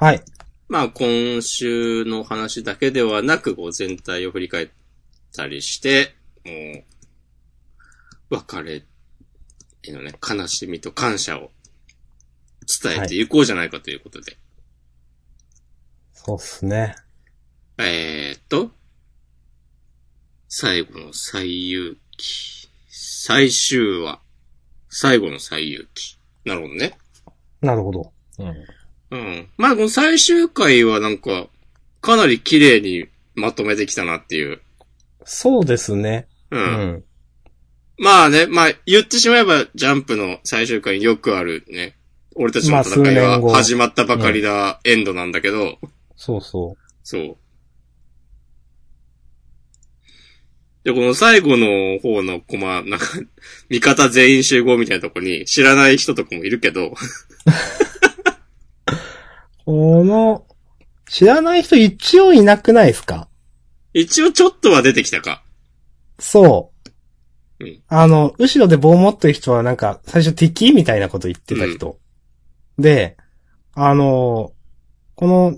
はい。
まあ今週の話だけではなく、こう全体を振り返ったりして、もう、別れへのね、悲しみと感謝を伝えていこうじゃないかということで。
そうっすね。
えーっと、最後の最有機。最終話。最後の最有機。なるほどね。
なるほど。うん。
うん。まあ、この最終回はなんか、かなり綺麗にまとめてきたなっていう。
そうですね。
う。
うんん。
まあね、まあ、言ってしまえば、ジャンプの最終回によくあるね、俺たちの戦い
まあ数
は
年後
始まったばかりだ、エンドなんだけど、
そうそう。
そう。で、この最後の方のコマ、なんか、 <laughs> 味方全員集合みたいなとこに、知らない人とかもいるけど、 <laughs>
この、知らない人一応いなくないですか
一応ちょっとは出てきたか。
そう。
うん
あの、後ろで棒持ってる人はなんか、最初敵みたいなこと言ってた人。で、あの、この、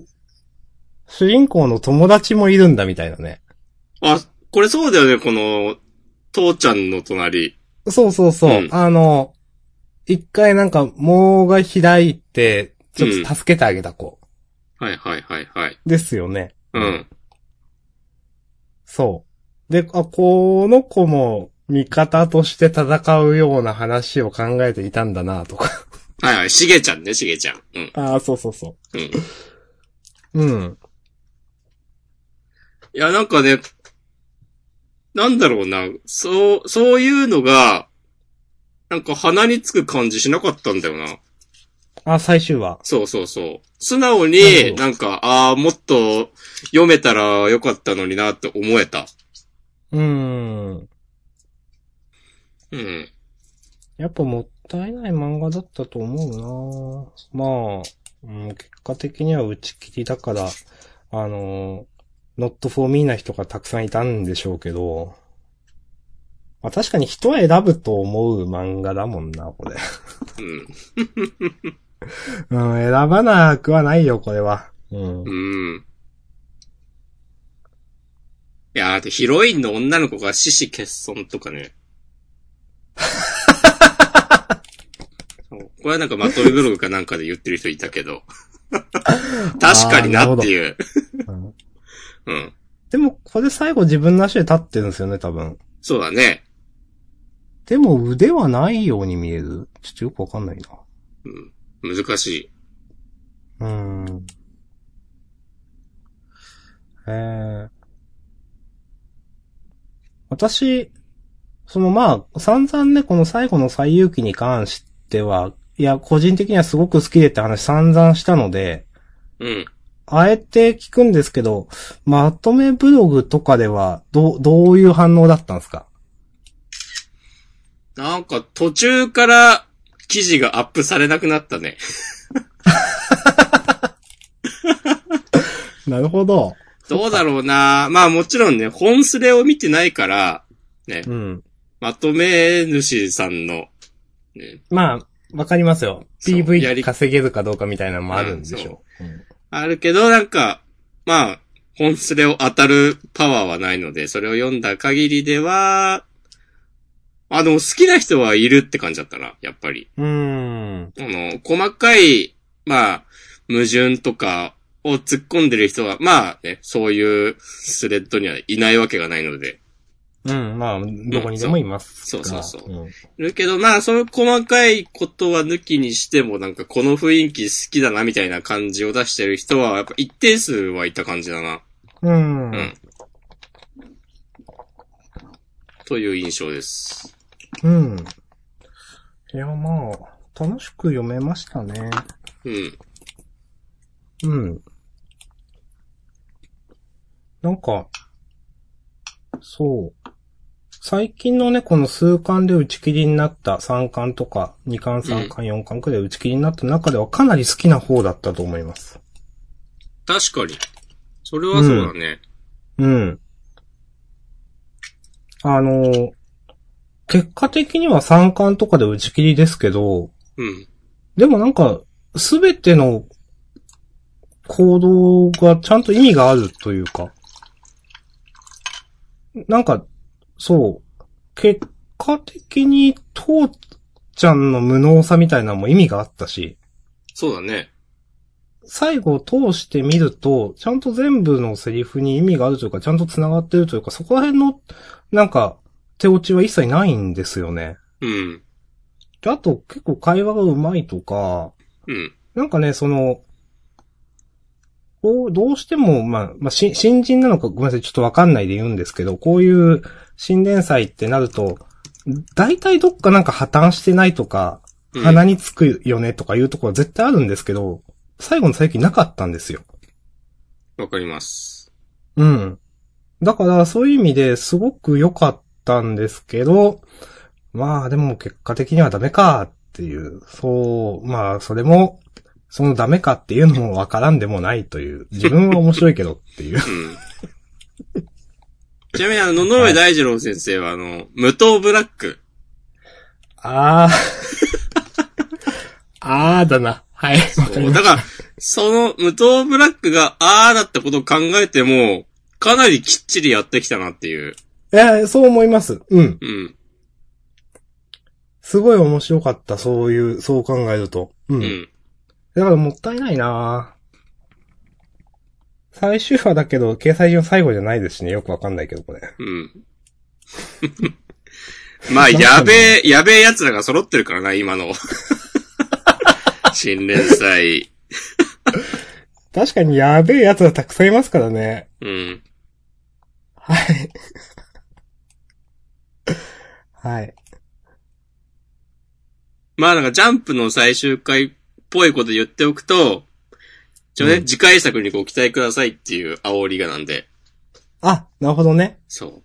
主人公の友達もいるんだみたいなね。
あ、これそうだよね、この、父ちゃんの隣。
そうそうそう。
うん
あの、一回なんか、網が開いて、ちょっと助けてあげた子。
はいはいはいはい。
ですよね。
うん。
そう。で、あ、この子も味方として戦うような話を考えていたんだなとか。
はいはい、しげちゃんね、しげちゃん。うん。
ああ、そうそうそ。
うん。いう
うん。
や、なんかね、なんだろうな、そう、そういうのが、なんか鼻につく感じしなかったんだよな。
あ、最終話。
そうそうそう。素直
なる
に、
ほど
なんか、ああ、もっと読めたらよかったのになって思えた。
うーん。
うん。
やっぱもったいない漫画だったと思うなまあ、うん、結果的には打ち切りだから、あの、ノットフォーミーな人がたくさんいたんでしょうけど、まあ確かに人は選ぶと思う漫画だもんな、これ。
うん。
<laughs> うん、選ばなくはないよ、これは。うん。
うん。いやー、で、ヒロインの女の子が獅子欠損とか
<laughs>
ね。そうこれはなんかまとめブログかなんかで言ってる人いたけど。 <laughs> 確かになっていう。
うん
<laughs> うん。
でも、これ最後自分の足で立ってるんですよね、多分。
そうだね。
でも腕はないように見える。ちょっとよくわかんない
うん。難しい。
な。うーん。えー。私、そのまあ、散々ね、この最後の最遊記に関しては、いや、個人的にはすごく好きでって話散々したので、
うん。
あえて聞くんですけど、まとめブログとかでは、どう、どういう反応だったんですか
なんか途中から記事がアップされなくなったね。
なるほど。
どうだろうなまあもちろんね、本スレを見てないから、ね、
うん。
まとめ主さんの、ね、
まあ、わかりますよ。
そうや
PV
り
稼げるかどうかみたいなのもあるんでしょう。うん
あるけど、なんか、まあ、本スレを当たるパワーはないので、それを読んだ限りでは、あ、でも好きな人はいるって感じだったな、やっぱり。
うーん。
あの、細かい、まあ、矛盾とかを突っ込んでる人は、まあ、ね、そういうスレッドにはいないわけがないので。
うん、まあ、どこにでもいます
そうそうそうそう
うん。
いるけど、まあ、そういう細かいことは抜きにしても、なんかこの雰囲気好きだなみたいな感じを出してる人は、やっぱ一定数はいた感じだな。
うん。
うんという印象です。
うん。いや、まあ、楽しく読めましたね。
うん。
うん。なんか、そう。最近のね、この数巻で打ち切りになった3巻とか、2巻、3巻、4巻くらい打ち切りになった中ではかなり好きな方だったと思います。
確かに。それはそうだね。
うん。あのー、結果的には3巻とかで打ち切りですけど、
うん。
でもなんか、すべての行動がちゃんと意味があるというか、なんか、そう、結果的に父ちゃんの無能さみたいなのも意味があったし、
そうだね。
最後を通してみると、ちゃんと全部のセリフに意味があるというか、ちゃんと繋がってるというか、そこら辺の、なんか、手落ちは一切ないんですよね。
うん。
であと、結構会話が上手いとか、
うん。
なんかね、その、こう、どうしても、まあ、まあ、し新人なのかごめんなさい、ちょっとわかんないで言うんですけど、こういう新連載ってなると、大体どっかなんか破綻してないとか、
うん
鼻につくよねとかいうところは絶対あるんですけど、最後の最近なかったんですよ。
わかります。
うん。だから、そういう意味ですごく良かったんですけど、まあ、でも結果的にはダメかっていう、そう、まあ、それも、そのダメかっていうのもわからんでもないという、自分は面白いけどっていう。
うん。ちなみに、あの、野上大二郎先生は、あの、無糖ブラック。
<laughs> ああ。 <laughs> ああだな。はい。わかりました
だから、その、無糖ブラックが、あーだったことを考えても、かなりきっちりやってきたなっていう。
いや、そう思います。うん。
うん。
すごい面白かった、そういう、そう考えると。う。
うんん。
だからもったいないなぁ最終話だけど、掲載上最後じゃないですしね、よくわかんないけど、これ。
うん。まあ、やべえ、やべえ奴らが揃ってるからな、
<laughs>
今の。新連載。
確かにやべえ奴はたくさんいますからね。
うん。
はい。はい。
まあ、なんか、ジャンプの最終回っぽいこと言っておくと、一応ね、
うん
次回作にご期待くださいっていう煽りがなんで。
あ、なるほどね。
そう。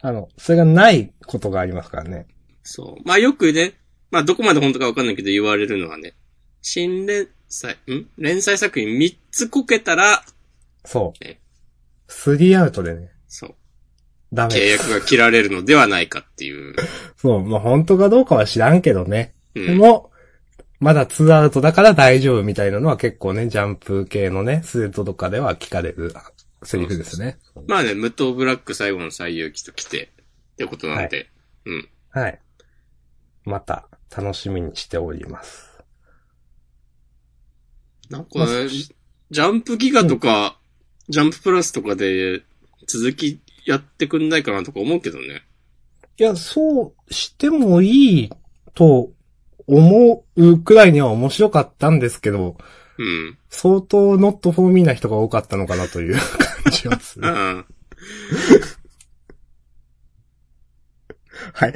あの、それがないことがありますからね。
そう。まあよくね、まあどこまで本当かわかんないけど言われるのはね、新連載、ん連載作品3つこけたら、
そう
え。
スリーアウトでね、
そう、
ダメ
契
です。
約が切られるのではないかっていう。
そう、まあ本当かどうかは知らんけどね。
う
で
ん。
も、まだツーアウトだから大丈夫みたいなのは結構ね、ジャンプ系のね、スレッドとかでは聞かれるセリフですね。
まあね、無糖ブラック最後の最有機と来て、ってことなんで。うん。
はい。また、楽しみにしております。
なんか
ま
ね、
あ
ジャンプギガとか、ジャンププラスとかで続きやってくんないかなとか思うけどね。
いや、そうしてもいいと思うくらいには面白かったんですけど、
うん。
相当ノット
<laughs>
フォーミーな人が多かったのかなという感じはす
う
る。
ん。
はい。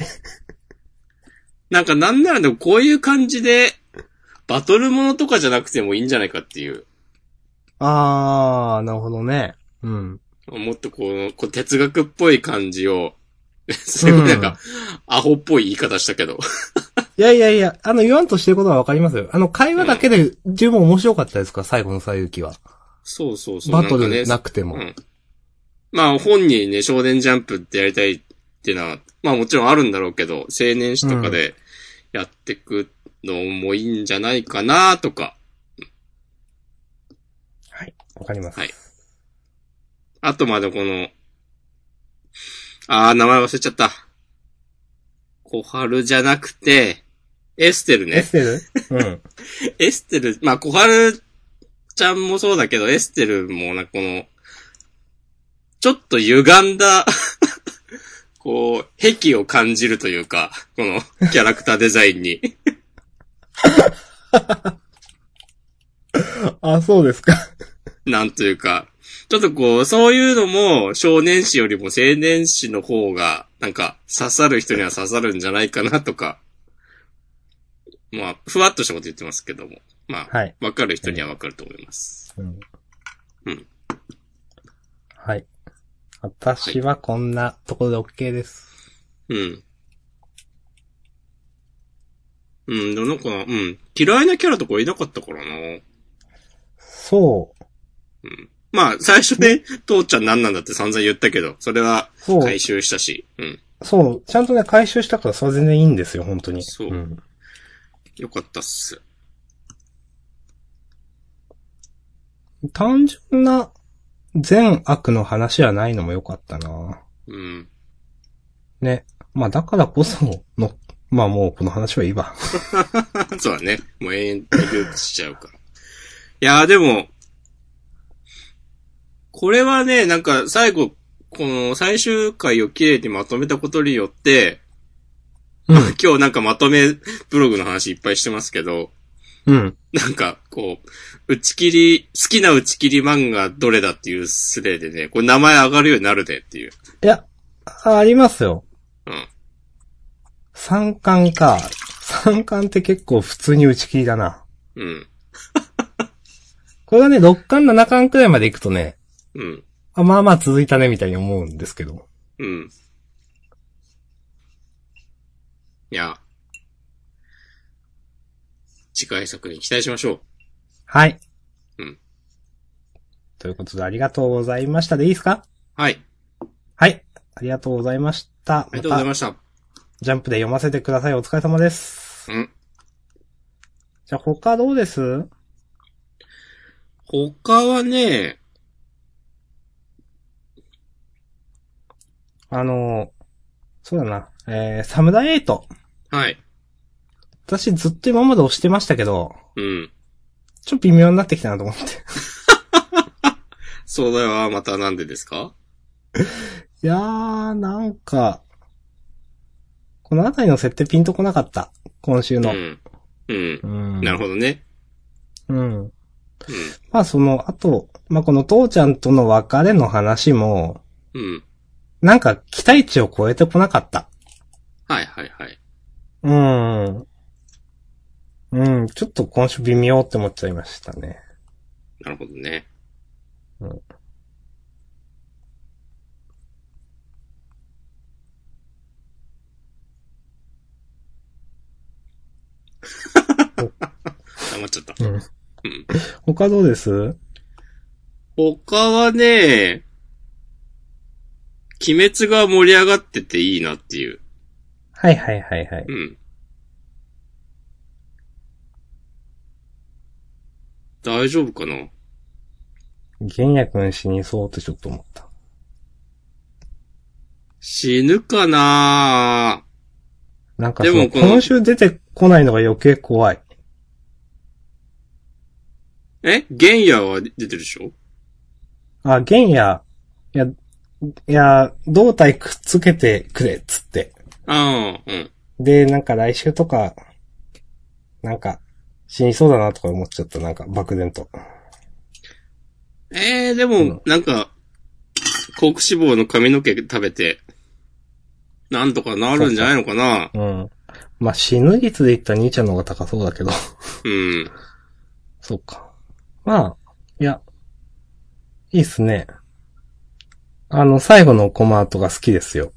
なんかなんならでもこういう感じで、バトルものとかじゃなくてもいいんじゃないかっていう。
<laughs> あー、なるほどね。うん。
もっとこう、こう哲学っぽい感じを、すごい <laughs> なんか、アホっぽい言い方したけど。
いやいやいや、あの、言わんとしてることはわかりますよ。あの、会話だけで十分面白かったですか、最後の最きは。
そうそうそう。
バト
んか
ル
ね
なくても。
うん。まあ本人ね、少年ジャンプってやりたいっていうのは、まあもちろんあるんだろうけど、青年誌とかでやってくのもいいんじゃないかなとか。
はい。わかります。
はいあとまだこの、あー、名前忘れちゃった。小春じゃなくて、エステル
エ
ね
ス。テルうん。
エステル、まあ小春ちゃんもそうだけど、エステルもな、この、ちょっと歪んだ、 <laughs> こう、癖を感じるというか、このキャラクターデザインに。 <laughs>
あ、そうですか。
なんというか、ちょっとこう、そういうのも少年誌よりも青年誌の方が、なんか刺さる人には刺さるんじゃないかなとか、まあ、ふわっとしたこと言ってますけども、まあ、
はい。
わかる人にはわかると思います。
うん
うん。
はい。私はこんなところで OK です。
うん。うん、でもなんか、うん、嫌いなキャラとかいなかったからな。
そう。
まあ、最初
<laughs>
ね、父ちゃん何なんだって散々言ったけど、それは
そう。
回収したし、うん。
そう。ちゃんとね、回収したからそれは全然いいんですよ、本当に。
そうんよかったっす。
単純な善悪の話はないのも良かったな
うん。
ね。まあだからこその、まあもうこの話はいいわ。
そうだね。もう永遠にループしちゃうから。いやーでも、これはね、なんか最後、この最終回を綺麗にまとめたことによって、
<laughs> うん。
今日なんかまとめブログの話いっぱいしてますけど、
うん。
なんかこう、打ち切り、好きな打ち切り漫画どれだっていうスレでね、これ名前上がるようになるでっていう。
いや、あありますよ。
うん。
三冠か。三冠って結構普通に打ち切りだな。
うん。
これがね、6巻7巻くらいまで行くとね、
うん。
あまあまあ続いたねみたいに思うんですけど。
うん。いや。次回作に期待しましょう。
はい。
うん。
ということで、ありがとうございました。でいいですか
はい。
はい。ありがとうございました。
ありがとうござい
ま
ました。
た、ジャンプで読ませてください。お疲れ様です。
うん。
じゃあ、他どうです
他はね、
あの、そうだな。えー、サムダイエイト。
はい。
私ずっと今まで押してましたけど、
うん。
ちょっと微妙になってきたなと思って。
それはまたなんでですか
いやー、なんか、このあたりの設定ピンとこなかった。今週
う
の。
ん。うん。
うん
なるほどね。
ど。うん。
うん。
まあその、あと、まあこの父ちゃんとの別れの話も、
うん。
なんか期待値を超えてこなかった。
はいはいはい。
うん。うん、ちょっと今週微妙って思っちゃいましたね。
なるほどね。
うん
黙っちゃった。
うん。他どうです
他はね、鬼滅が盛り上がってていいなっていう。
はいはいはいはい。
うん。大丈夫かな
玄也くん死にそうってちょっと思った。
死ぬかな
なんかその
でもこの
今週出てこないのが余計怖い。
え玄野は出てるでしょ
あ、玄也、いや、いや、胴体くっつけてくれっつって。
ああ、うん。
で、なんか来週とか、なんか、死にそうだなとか思っちゃった。なんか、漠然と。
ええー、で
うん
も、なんか、コーク脂肪の髪の毛食べて、なんとかなるんじゃないのかな
うん。まあ、死ぬ率で言ったら兄ちゃんの方が高そうだけど。 <laughs>
うん。
そうか。まあ、いや、いいっすね。あの、最後のコマートが好きですよ。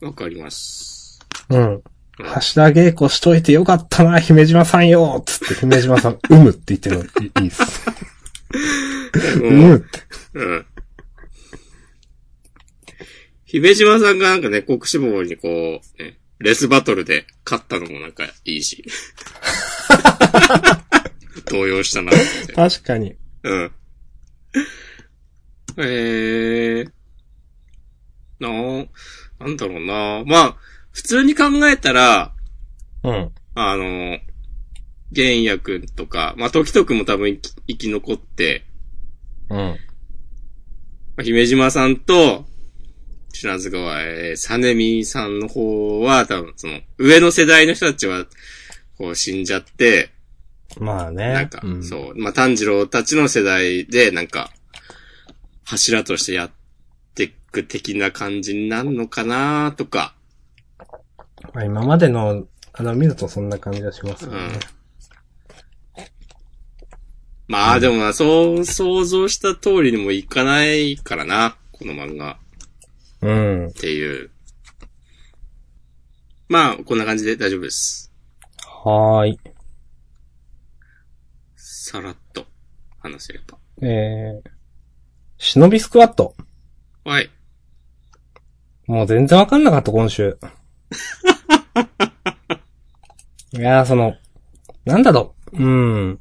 わかります。
うん。
うん
橋田稽古しといてよかったな、姫島さんよつって、姫島さん、 <laughs> うむって言ってるのいいいっす。う
うん。
むって。
うん。姫島さんがなんかね、国志望にこう、ね、レスバトルで勝ったのもなんかいいし。動揺したなって。
確かに。
うん。えー。なあなんだろうなまあ、普通に考えたら、
うん。
あの、玄也くんとか、まあ、時とくんも多分生き生き残って、
うん。
まあ姫島さんと、品津川、えー、サネミさんの方は、多分その、上の世代の人たちは、こう死んじゃって、
まあね。
なんか、
うん、
そう、まあ、炭治郎たちの世代で、なんか、柱としてやっていく的な感じになるのかなとか、
まあ、今までの、あの、見るとそんな感じがしますよね。
まあ、でもまあ、そう、想像した通りにもいかないからな、この漫画。
うん。
っていう。まあ、こんな感じで大丈夫です。
はーい。
さらっと話せれば。
えー、忍びスクワット。
はい。
もう全然わかんなかった、今
<laughs>
週。いやー、その、なんだろう。うん。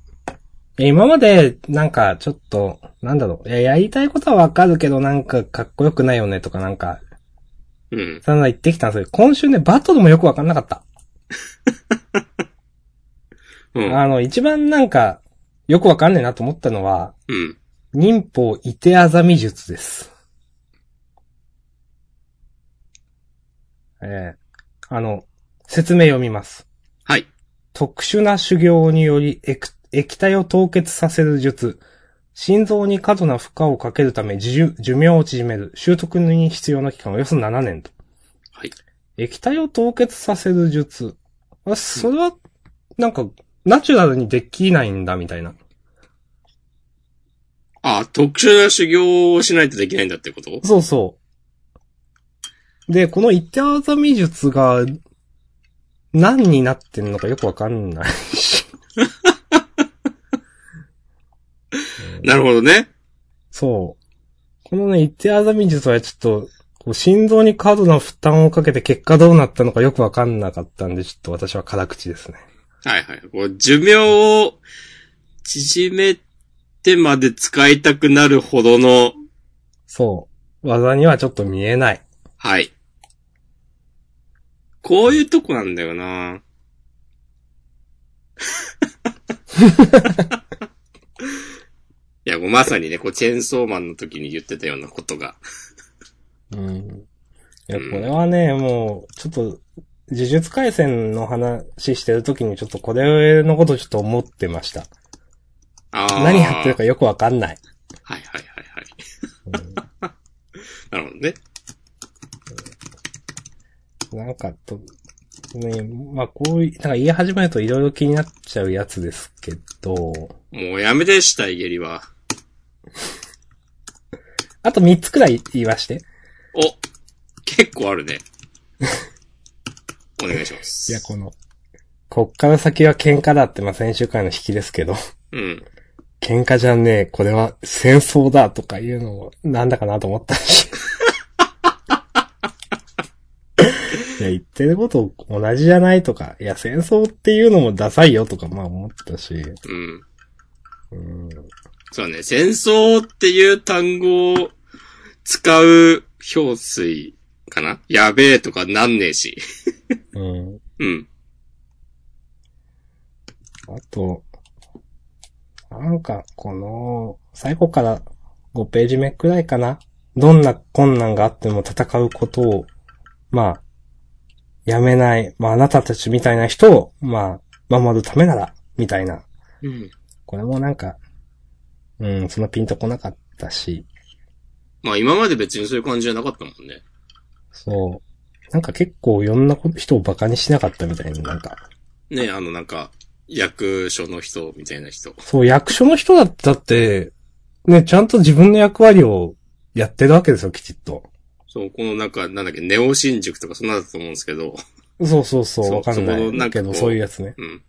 いや今まで、なんか、ちょっと、なんだろう。いや、やりたいことはわかるけど、なんか、かっこよくないよね、とか、なんか、
うん。
さんざん言ってきたんですけど、今週ね、バトルもよくわかんなかった。
うん。
あの、一番なんか、よくわかんねえなと思ったのは、
うん。
忍法いてあざみ術です。ええあの、説明読みます。
はい。
特殊な修行により液液体を凍結させる術。心臓に過度な負荷をかけるため寿寿命を縮める。習得に必要な期間はおよそ7年と。
はい。
液体を凍結させる術。あそれは、なんか、ナチュラルにできないんだ、みたいな。
あ、特殊な修行をしないとできないんだってこと
そうそう。で、この一手あざみ術が、何になってんのかよくわかんない。
なるほどね。
そう。このね、一手あざみ術はちょっと、こう心臓に過度な負担をかけて結果どうなったのかよくわかんなかったんで、ちょっと私は辛口ですね。
はいはい。こう寿命を縮めてまで使いたくなるほどの、
そう。技にはちょっと見えない。
はい。こういうとこなんだ
<laughs>
よないや、もうまさにね、こう、チェーンソーマンの時に言ってたようなことが。
うん。いや、これはね、もう、ちょっと、呪術回戦の話してる時にちょっとこれのことちょっと思ってました。
あー
何やってるかよくわかんない。
はいはいは
う
いはい。
ん
<laughs> なるほどね。
なんかと、ね、まあ、こういう、なんか言い始めるといろいろ気になっちゃうやつですけど、
もうやめでした、いげりは。
あと3つくらい言いまして。
お結構あるね。 <laughs> お願いします。
いや、この、こっから先は喧嘩だって、まあ、先週回の引きですけど、 <laughs>
うん。
喧嘩じゃねえ、これは戦争だとかいうのも、なんだかなと思ったし。いや、言ってること同じじゃないとか、いや、戦争っていうのもダサいよとか、まあ思ったし、
うん。
うん、
そうね、戦争っていう単語を使う氷水かなやべえとかなんねえし。 <laughs>
うん。
うん。
あと、なんか、この、最後から5ページ目くらいかな。どんな困難があっても戦うことを、まあ、やめない。まあ、あなたたちみたいな人を、まあ、守るためなら、みたいな。
うん。
これもなんか、うん、そのピンとこなかったし、
まあ今まで別にそういう感じじゃなかったもんね。
そう。なんか結構いろんなこと人をバカにしなかったみたいな、なんか。
ね、あのなんか、役所の人みたいな人。
そう、役所の人だったって、ね、ちゃんと自分の役割をやってるわけですよ、きちっと。
そう、このなんか、なんだっけ、ネオ新宿とかそんなだったと思うんですけど、 <laughs>
そうそうそう、
そう
わかんな
そこのないんか
け
こ
ど、
う
そういうやつね。
うん。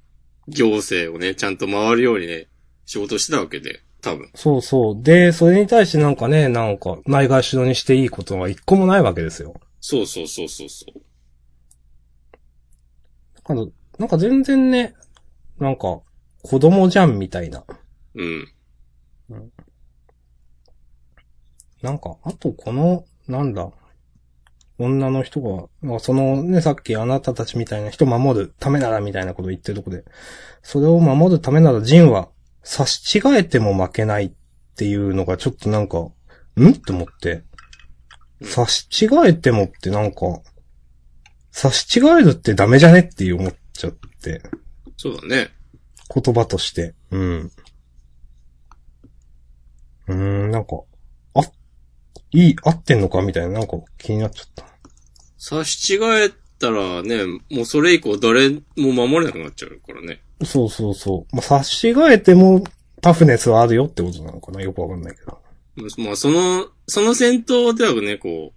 行政をね、ちゃんと回るようにね、仕事してたわけで、多分。
そうそう。で、それに対してなんかね、なんか、ないがしろにしていいことは一個もないわけですよ。
そうそうそうそうそう。
だから、なんか全然ね、なんか、子供じゃんみたいな。
うん。
なんか、あとこの、なんだ、女の人が、なんかそのね、さっきあなたたちみたいな人守るためならみたいなこと言ってるとこで、それを守るためならジンは差し違えても負けないっていうのがちょっとなんか、んって思って。差し違えてもってなんか、差し違えるってダメじゃねっていう思っちゃって、
そうだね。
言葉として。うん。うーん、なんか、あ、いい、合ってんのかみたいな、なんか気になっちゃった。
差し違えたらね、もうそれ以降誰も守れなくなっちゃうからね。
そうそうそう。まあ、差し違えても、タフネスはあるよってことなのかなよくわかんないけど。
まあその、その戦闘ではね、こ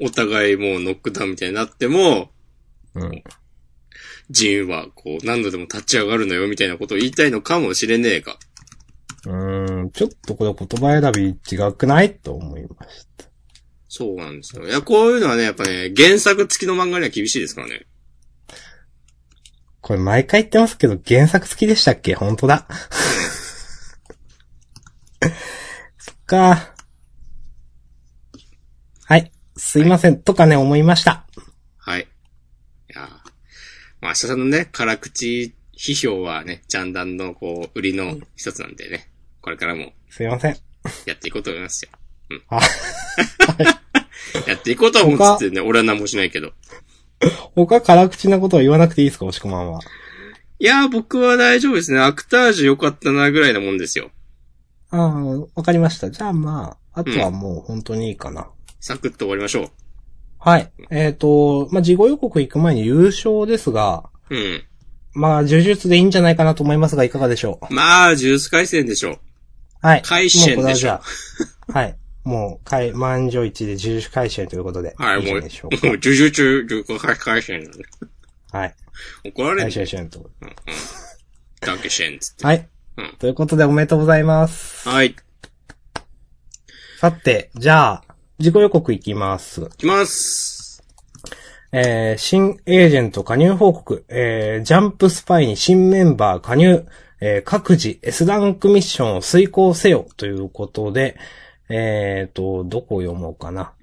う、お互いもうノックダウンみたいになっても、
うん。
ジンはこう何度でも立ち上がるのよみたいなことを言いたいのかもしれねえが。
うーん、ちょっとこれ言葉選び違くないと思いました。
そうなんですよ。いや、こういうのはね、やっぱね、原作付きの漫画には厳しいですからね。
これ毎回言ってますけど、原作好きでしたっけ本当だ。 <laughs> そっか。はい。すいません。とかね、思いました。
はい。いやーまあ、明日さんのね、辛口批評はね、ジャンダンのこう、売りの一つなんでね、これからも
すいません。
やっていこうと思いますよ。うん。 <laughs>
あ
やっていこうと思うっつってね、俺は何もしないけど。
他辛口なことを言わなくていいですか、押し込まんは。
いやー、僕は大丈夫ですね。アクタージュ良かったな、ぐらいなもんですよ。
ああ、わかりました。じゃあまあ、あとはもう本当にいいかな。
サクッと終わりましょ
はい。えっ、と、まあ、事後予告行く前に優勝ですが、
う。うん。
まあ、呪術でいいんじゃないかなと思いますが、いかがでしょう
まあ、ジュース回戦でしょう。
はい。
回
も
戦
うこれは
でし
じ
ょ
ゃあはい。もう、かい、満場一致で自主回収ということで。
はい、
じ
も
ゃ
う、
なで
もう、
し
ジ
ょ
ュ
うか
ジュジュジュ回戦なんで。
はい。
怒られ
回
る。
収しようと。
ダンケシェンっつって。
はい
うん。
ということで、おめでとうございます。
はい、行
さて、じゃあ、自己予告いきます。
きます。
えー新エージェント加入報告、えージャンプスパイに新メンバー加入、えー各自 S ランクミッションを遂行せよということで、えっ、と、どこを読もうかな。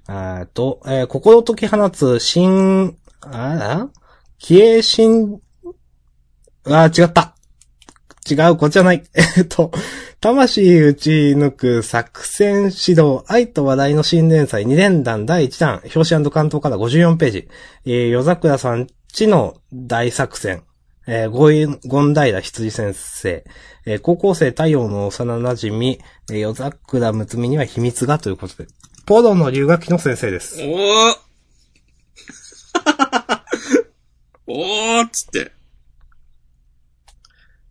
えっと、えー心解き放つ新、あら気鋭新、あー、違った。違う、こっちじゃない。 <laughs> えっと、魂打ち抜く作戦指導、愛と話題の新連載2連弾第1弾、表紙関東から54ページ、えー、夜桜さんちの大作戦、えー、ゴイゴンダイラ羊先生、えー高校生太陽の幼馴染、えー、夜桜むつみには秘密がということで、ポロの留学期の先生で
お
す。
ー <laughs> おーっつって。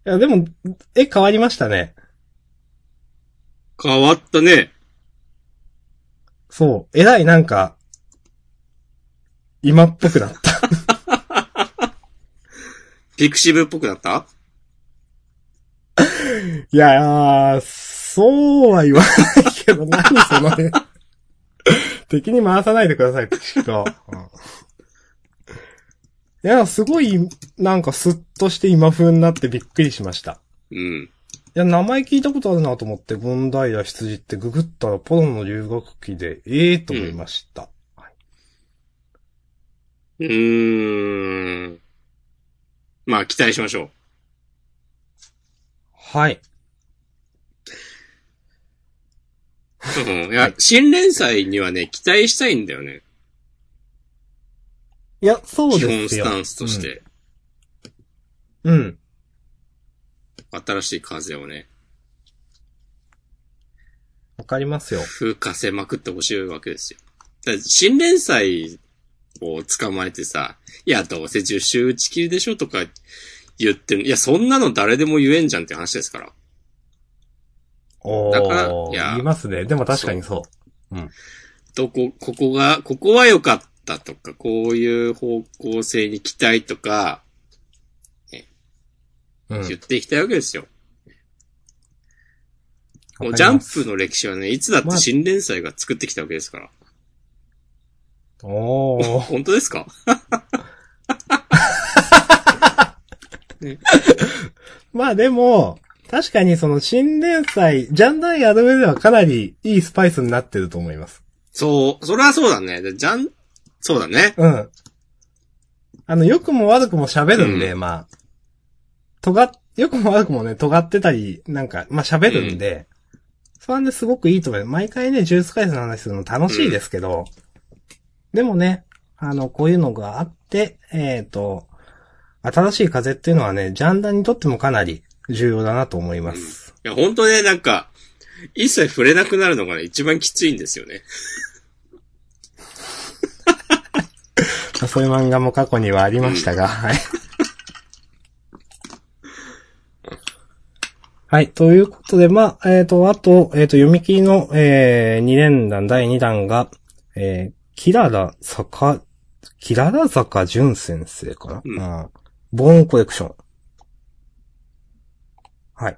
いや、でも、絵変わりましたね。
変わったね。
そう。えらいなんか、今っぽくなった。
ピクシブっぽくなった
<laughs> いやー、そうは言わないけ <laughs> ど、何そのね。敵に回さないでください、ピチッと。うんいや、すごい、なんかスッとして今風になってびっくりしました。
うん。
いや、名前聞いたことあるなと思って、ゴンダイラ羊ってググったらポロの留学期で、ええー、と思いました。
うーん。まあ、期待しましょう。
はい。
うんいや、新連載にはね、期待したいんだよね。
いや、そう
基
で
本
す
ス
よ。
タンスとして。
うん。
新しい風をね、
わかりますよ。
吹かせまくってほしいわけですよ。だから新連載を捕まえてさ、いや、どうせ10周打ち切りでしょとか言ってる。いや、そんなの誰でも言えんじゃんって話ですから。
お
だから
ー、
いや
言いますね。でも確かにそう。
どこ、ここが、ここは良かったとか、こういう方向性に期待とか、
うん。
言っていきたいわけですよ。もう
わ
ジ
か
ャ
り
ン
ます
プの歴史はね、いつだって新連載が作ってきたわけですから。
おー。
本当ですか
まあでも、確かにその新連載、ジャンダイやる上ではかなりいいスパイスになってると思います。
そう、それはそうだね。でジャン、そうだね。
うん。あの、良くも悪くも喋るんで、まあ、尖っ、良くも悪くもね、尖ってたり、なんか、まあ喋るんで、それはね、すごくいいと思います。毎回ね、ジュース回数の話するの楽しいですけど、でもね、あの、こういうのがあって、えっ、と、新しい風っていうのはね、ジャンダにとってもかなり重要だなと思います。
いや、本当ね、なんか、一切触れなくなるのがね、一番きついんですよね。
まあそういう漫画も過去にはありましたが、はい。はい。ということで、まあ、えっ、と、あと、えっ、と、読み切りの、えー、2連弾、第2弾が、えー、キララ坂、キララ坂淳先生かな、
うん
あーボーンコレクション。はい。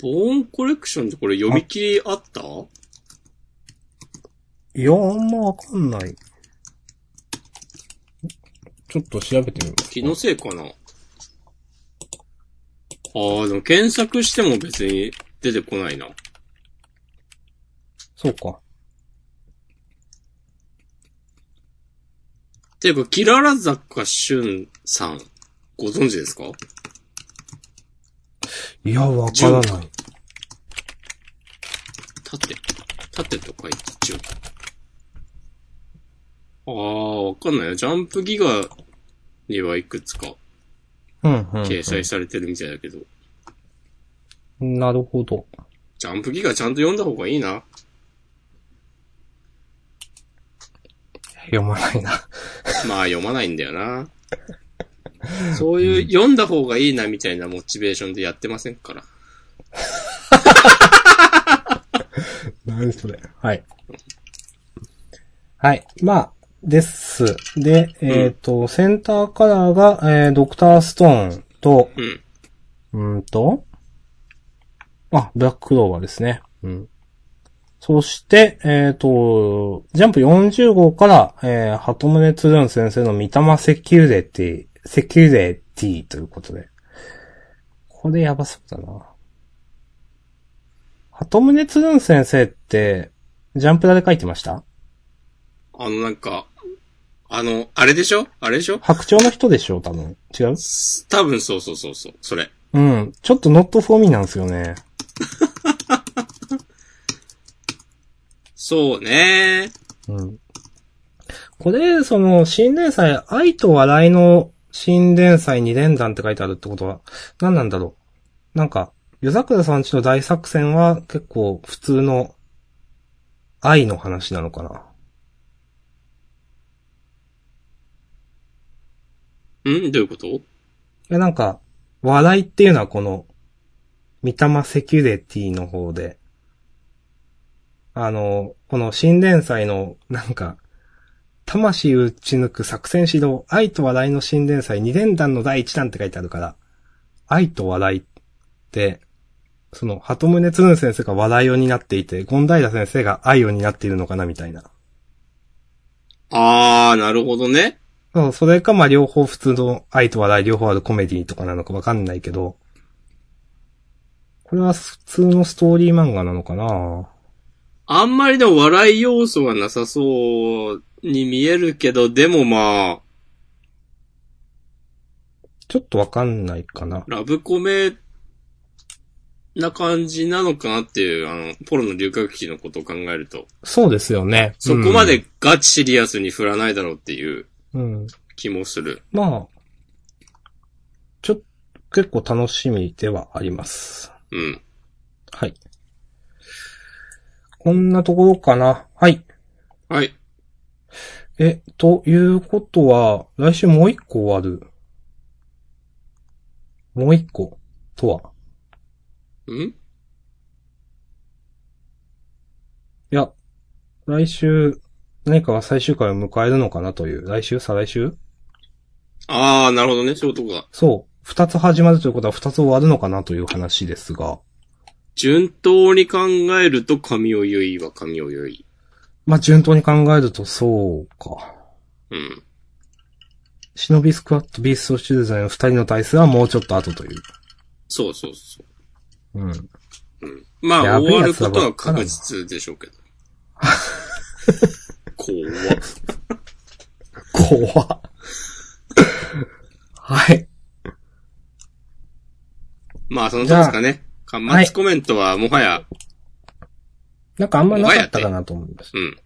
ボーンコレクションってこれ読み切りあった
いや、あんまわかんない。ちょっと調べてみます。
気のせいかなああ、でも検索しても別に出てこないな。
そうか。
ていうか、キララ坂俊さん、ご存知ですか
いや、わからない。
縦縦とか一応。ああ、わかんないよ。ジャンプギガにはいくつか
うん、うん、うん
掲載されてるみたいだけど、
なるほど。
ジャンプギガちゃんと読んだ方がいいな。
読まないな。
まあ読まないんだよな。そういう読んだ方がいいなみたいなモチベーションでやってませんから。
何それ。はい。はい。まあ、です。で、えっ、と、センターカラーが、えー、ドクターストーンと、
うん。
うーんと、あ、ブラッククローバーですね。うん。そして、えっ、と、ジャンプ40号から、えー、鳩宗つるん先生の三玉セキュリティ、セキュリティということで。これやばそうだな。鳩宗つるん先生って、ジャンプラで書いてました
あのなんか、あの、あれでしょあれでしょ
白鳥の人でしょ多分。違う
す多分そうそうそうそう。それ。
うん。ちょっとノットフォーミーなんですよね。
そうね
うんこれ、その、新連載、愛と笑いの新連載二連弾って書いてあるってことは、何なんだろう。なんか、夜桜さんちの大作戦は結構普通の愛の話なのかな。
んどういうこと
いや、なんか、笑いっていうのはこの、三玉セキュリティの方で、あの、この新連載の、なんか、魂打ち抜く作戦指導、愛と笑いの新連載、二連弾の第一弾って書いてあるから、愛と笑いって、その、鳩宗つるん先生が笑いを担っていて、権平先生が愛を担っているのかな、みたいな。
あー、なるほどね。
そう、それか、まあ、両方普通の愛と笑い両方あるコメディとかなのかわかんないけど、これは普通のストーリー漫画なのかな
あんまりでも笑い要素がなさそうに見えるけど、でもまあ、
ちょっとわかんないかな。
ラブコメな感じなのかなっていう、あの、ポロの留学期のことを考えると、
そうですよね。
そこまでガチシリアスに振らないだろうっていう
うん。うん。
気もする。
まあ、ちょっと、結構楽しみではあります。
うん。
はい。こんなところかな。はい。
はい。
え、ということは、来週もう一個ある。もう一個とは。
ん
いや、来週、何かが最終回を迎えるのかなという。来週再来週
ああ、なるほどね。そういうとこが。
そう。二つ始まるということは二つ終わるのかなという話ですが。
順当に考えると、神尾結衣は神尾結
まあ、順当に考えるとそうか。
衣。うん。
忍びスクワット、ビーストシューズの二人の対戦はもうちょっと後という。
そうそうそう。
うん。
まあ、
やべえ
終わる
やつ
こ
ら
と
ば
は
っかだな
確実でし
<laughs>
ょうけど。怖っ
怖っ <laughs> はい。
まあ、そのとこですかね。
あ
巻末コメントはもはや、
なんかあんまなかったかなと思います。
うん。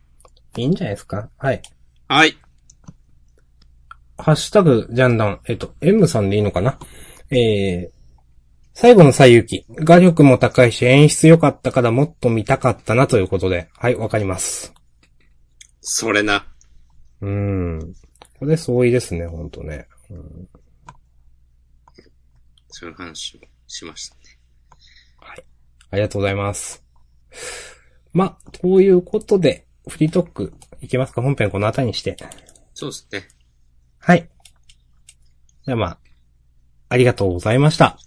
いいんじゃないですかはい。
はい。
ハッシュタグ、ジャンダン、えっと、M さんでいいのかなえー、最後の最有機。画力も高いし、演出良かったからもっと見たかったなということで。はい、わかります。
それな。
うーん。これ相違ですね、ほんとね。うん
そういう話をしましたね。
ありがとうございます。ま、ということで、フリートーク、いきますか本編この辺りにして。
そうですね。
はい。じゃあまあ、ありがとうございました。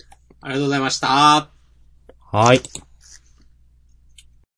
ありがとうございました。
はい。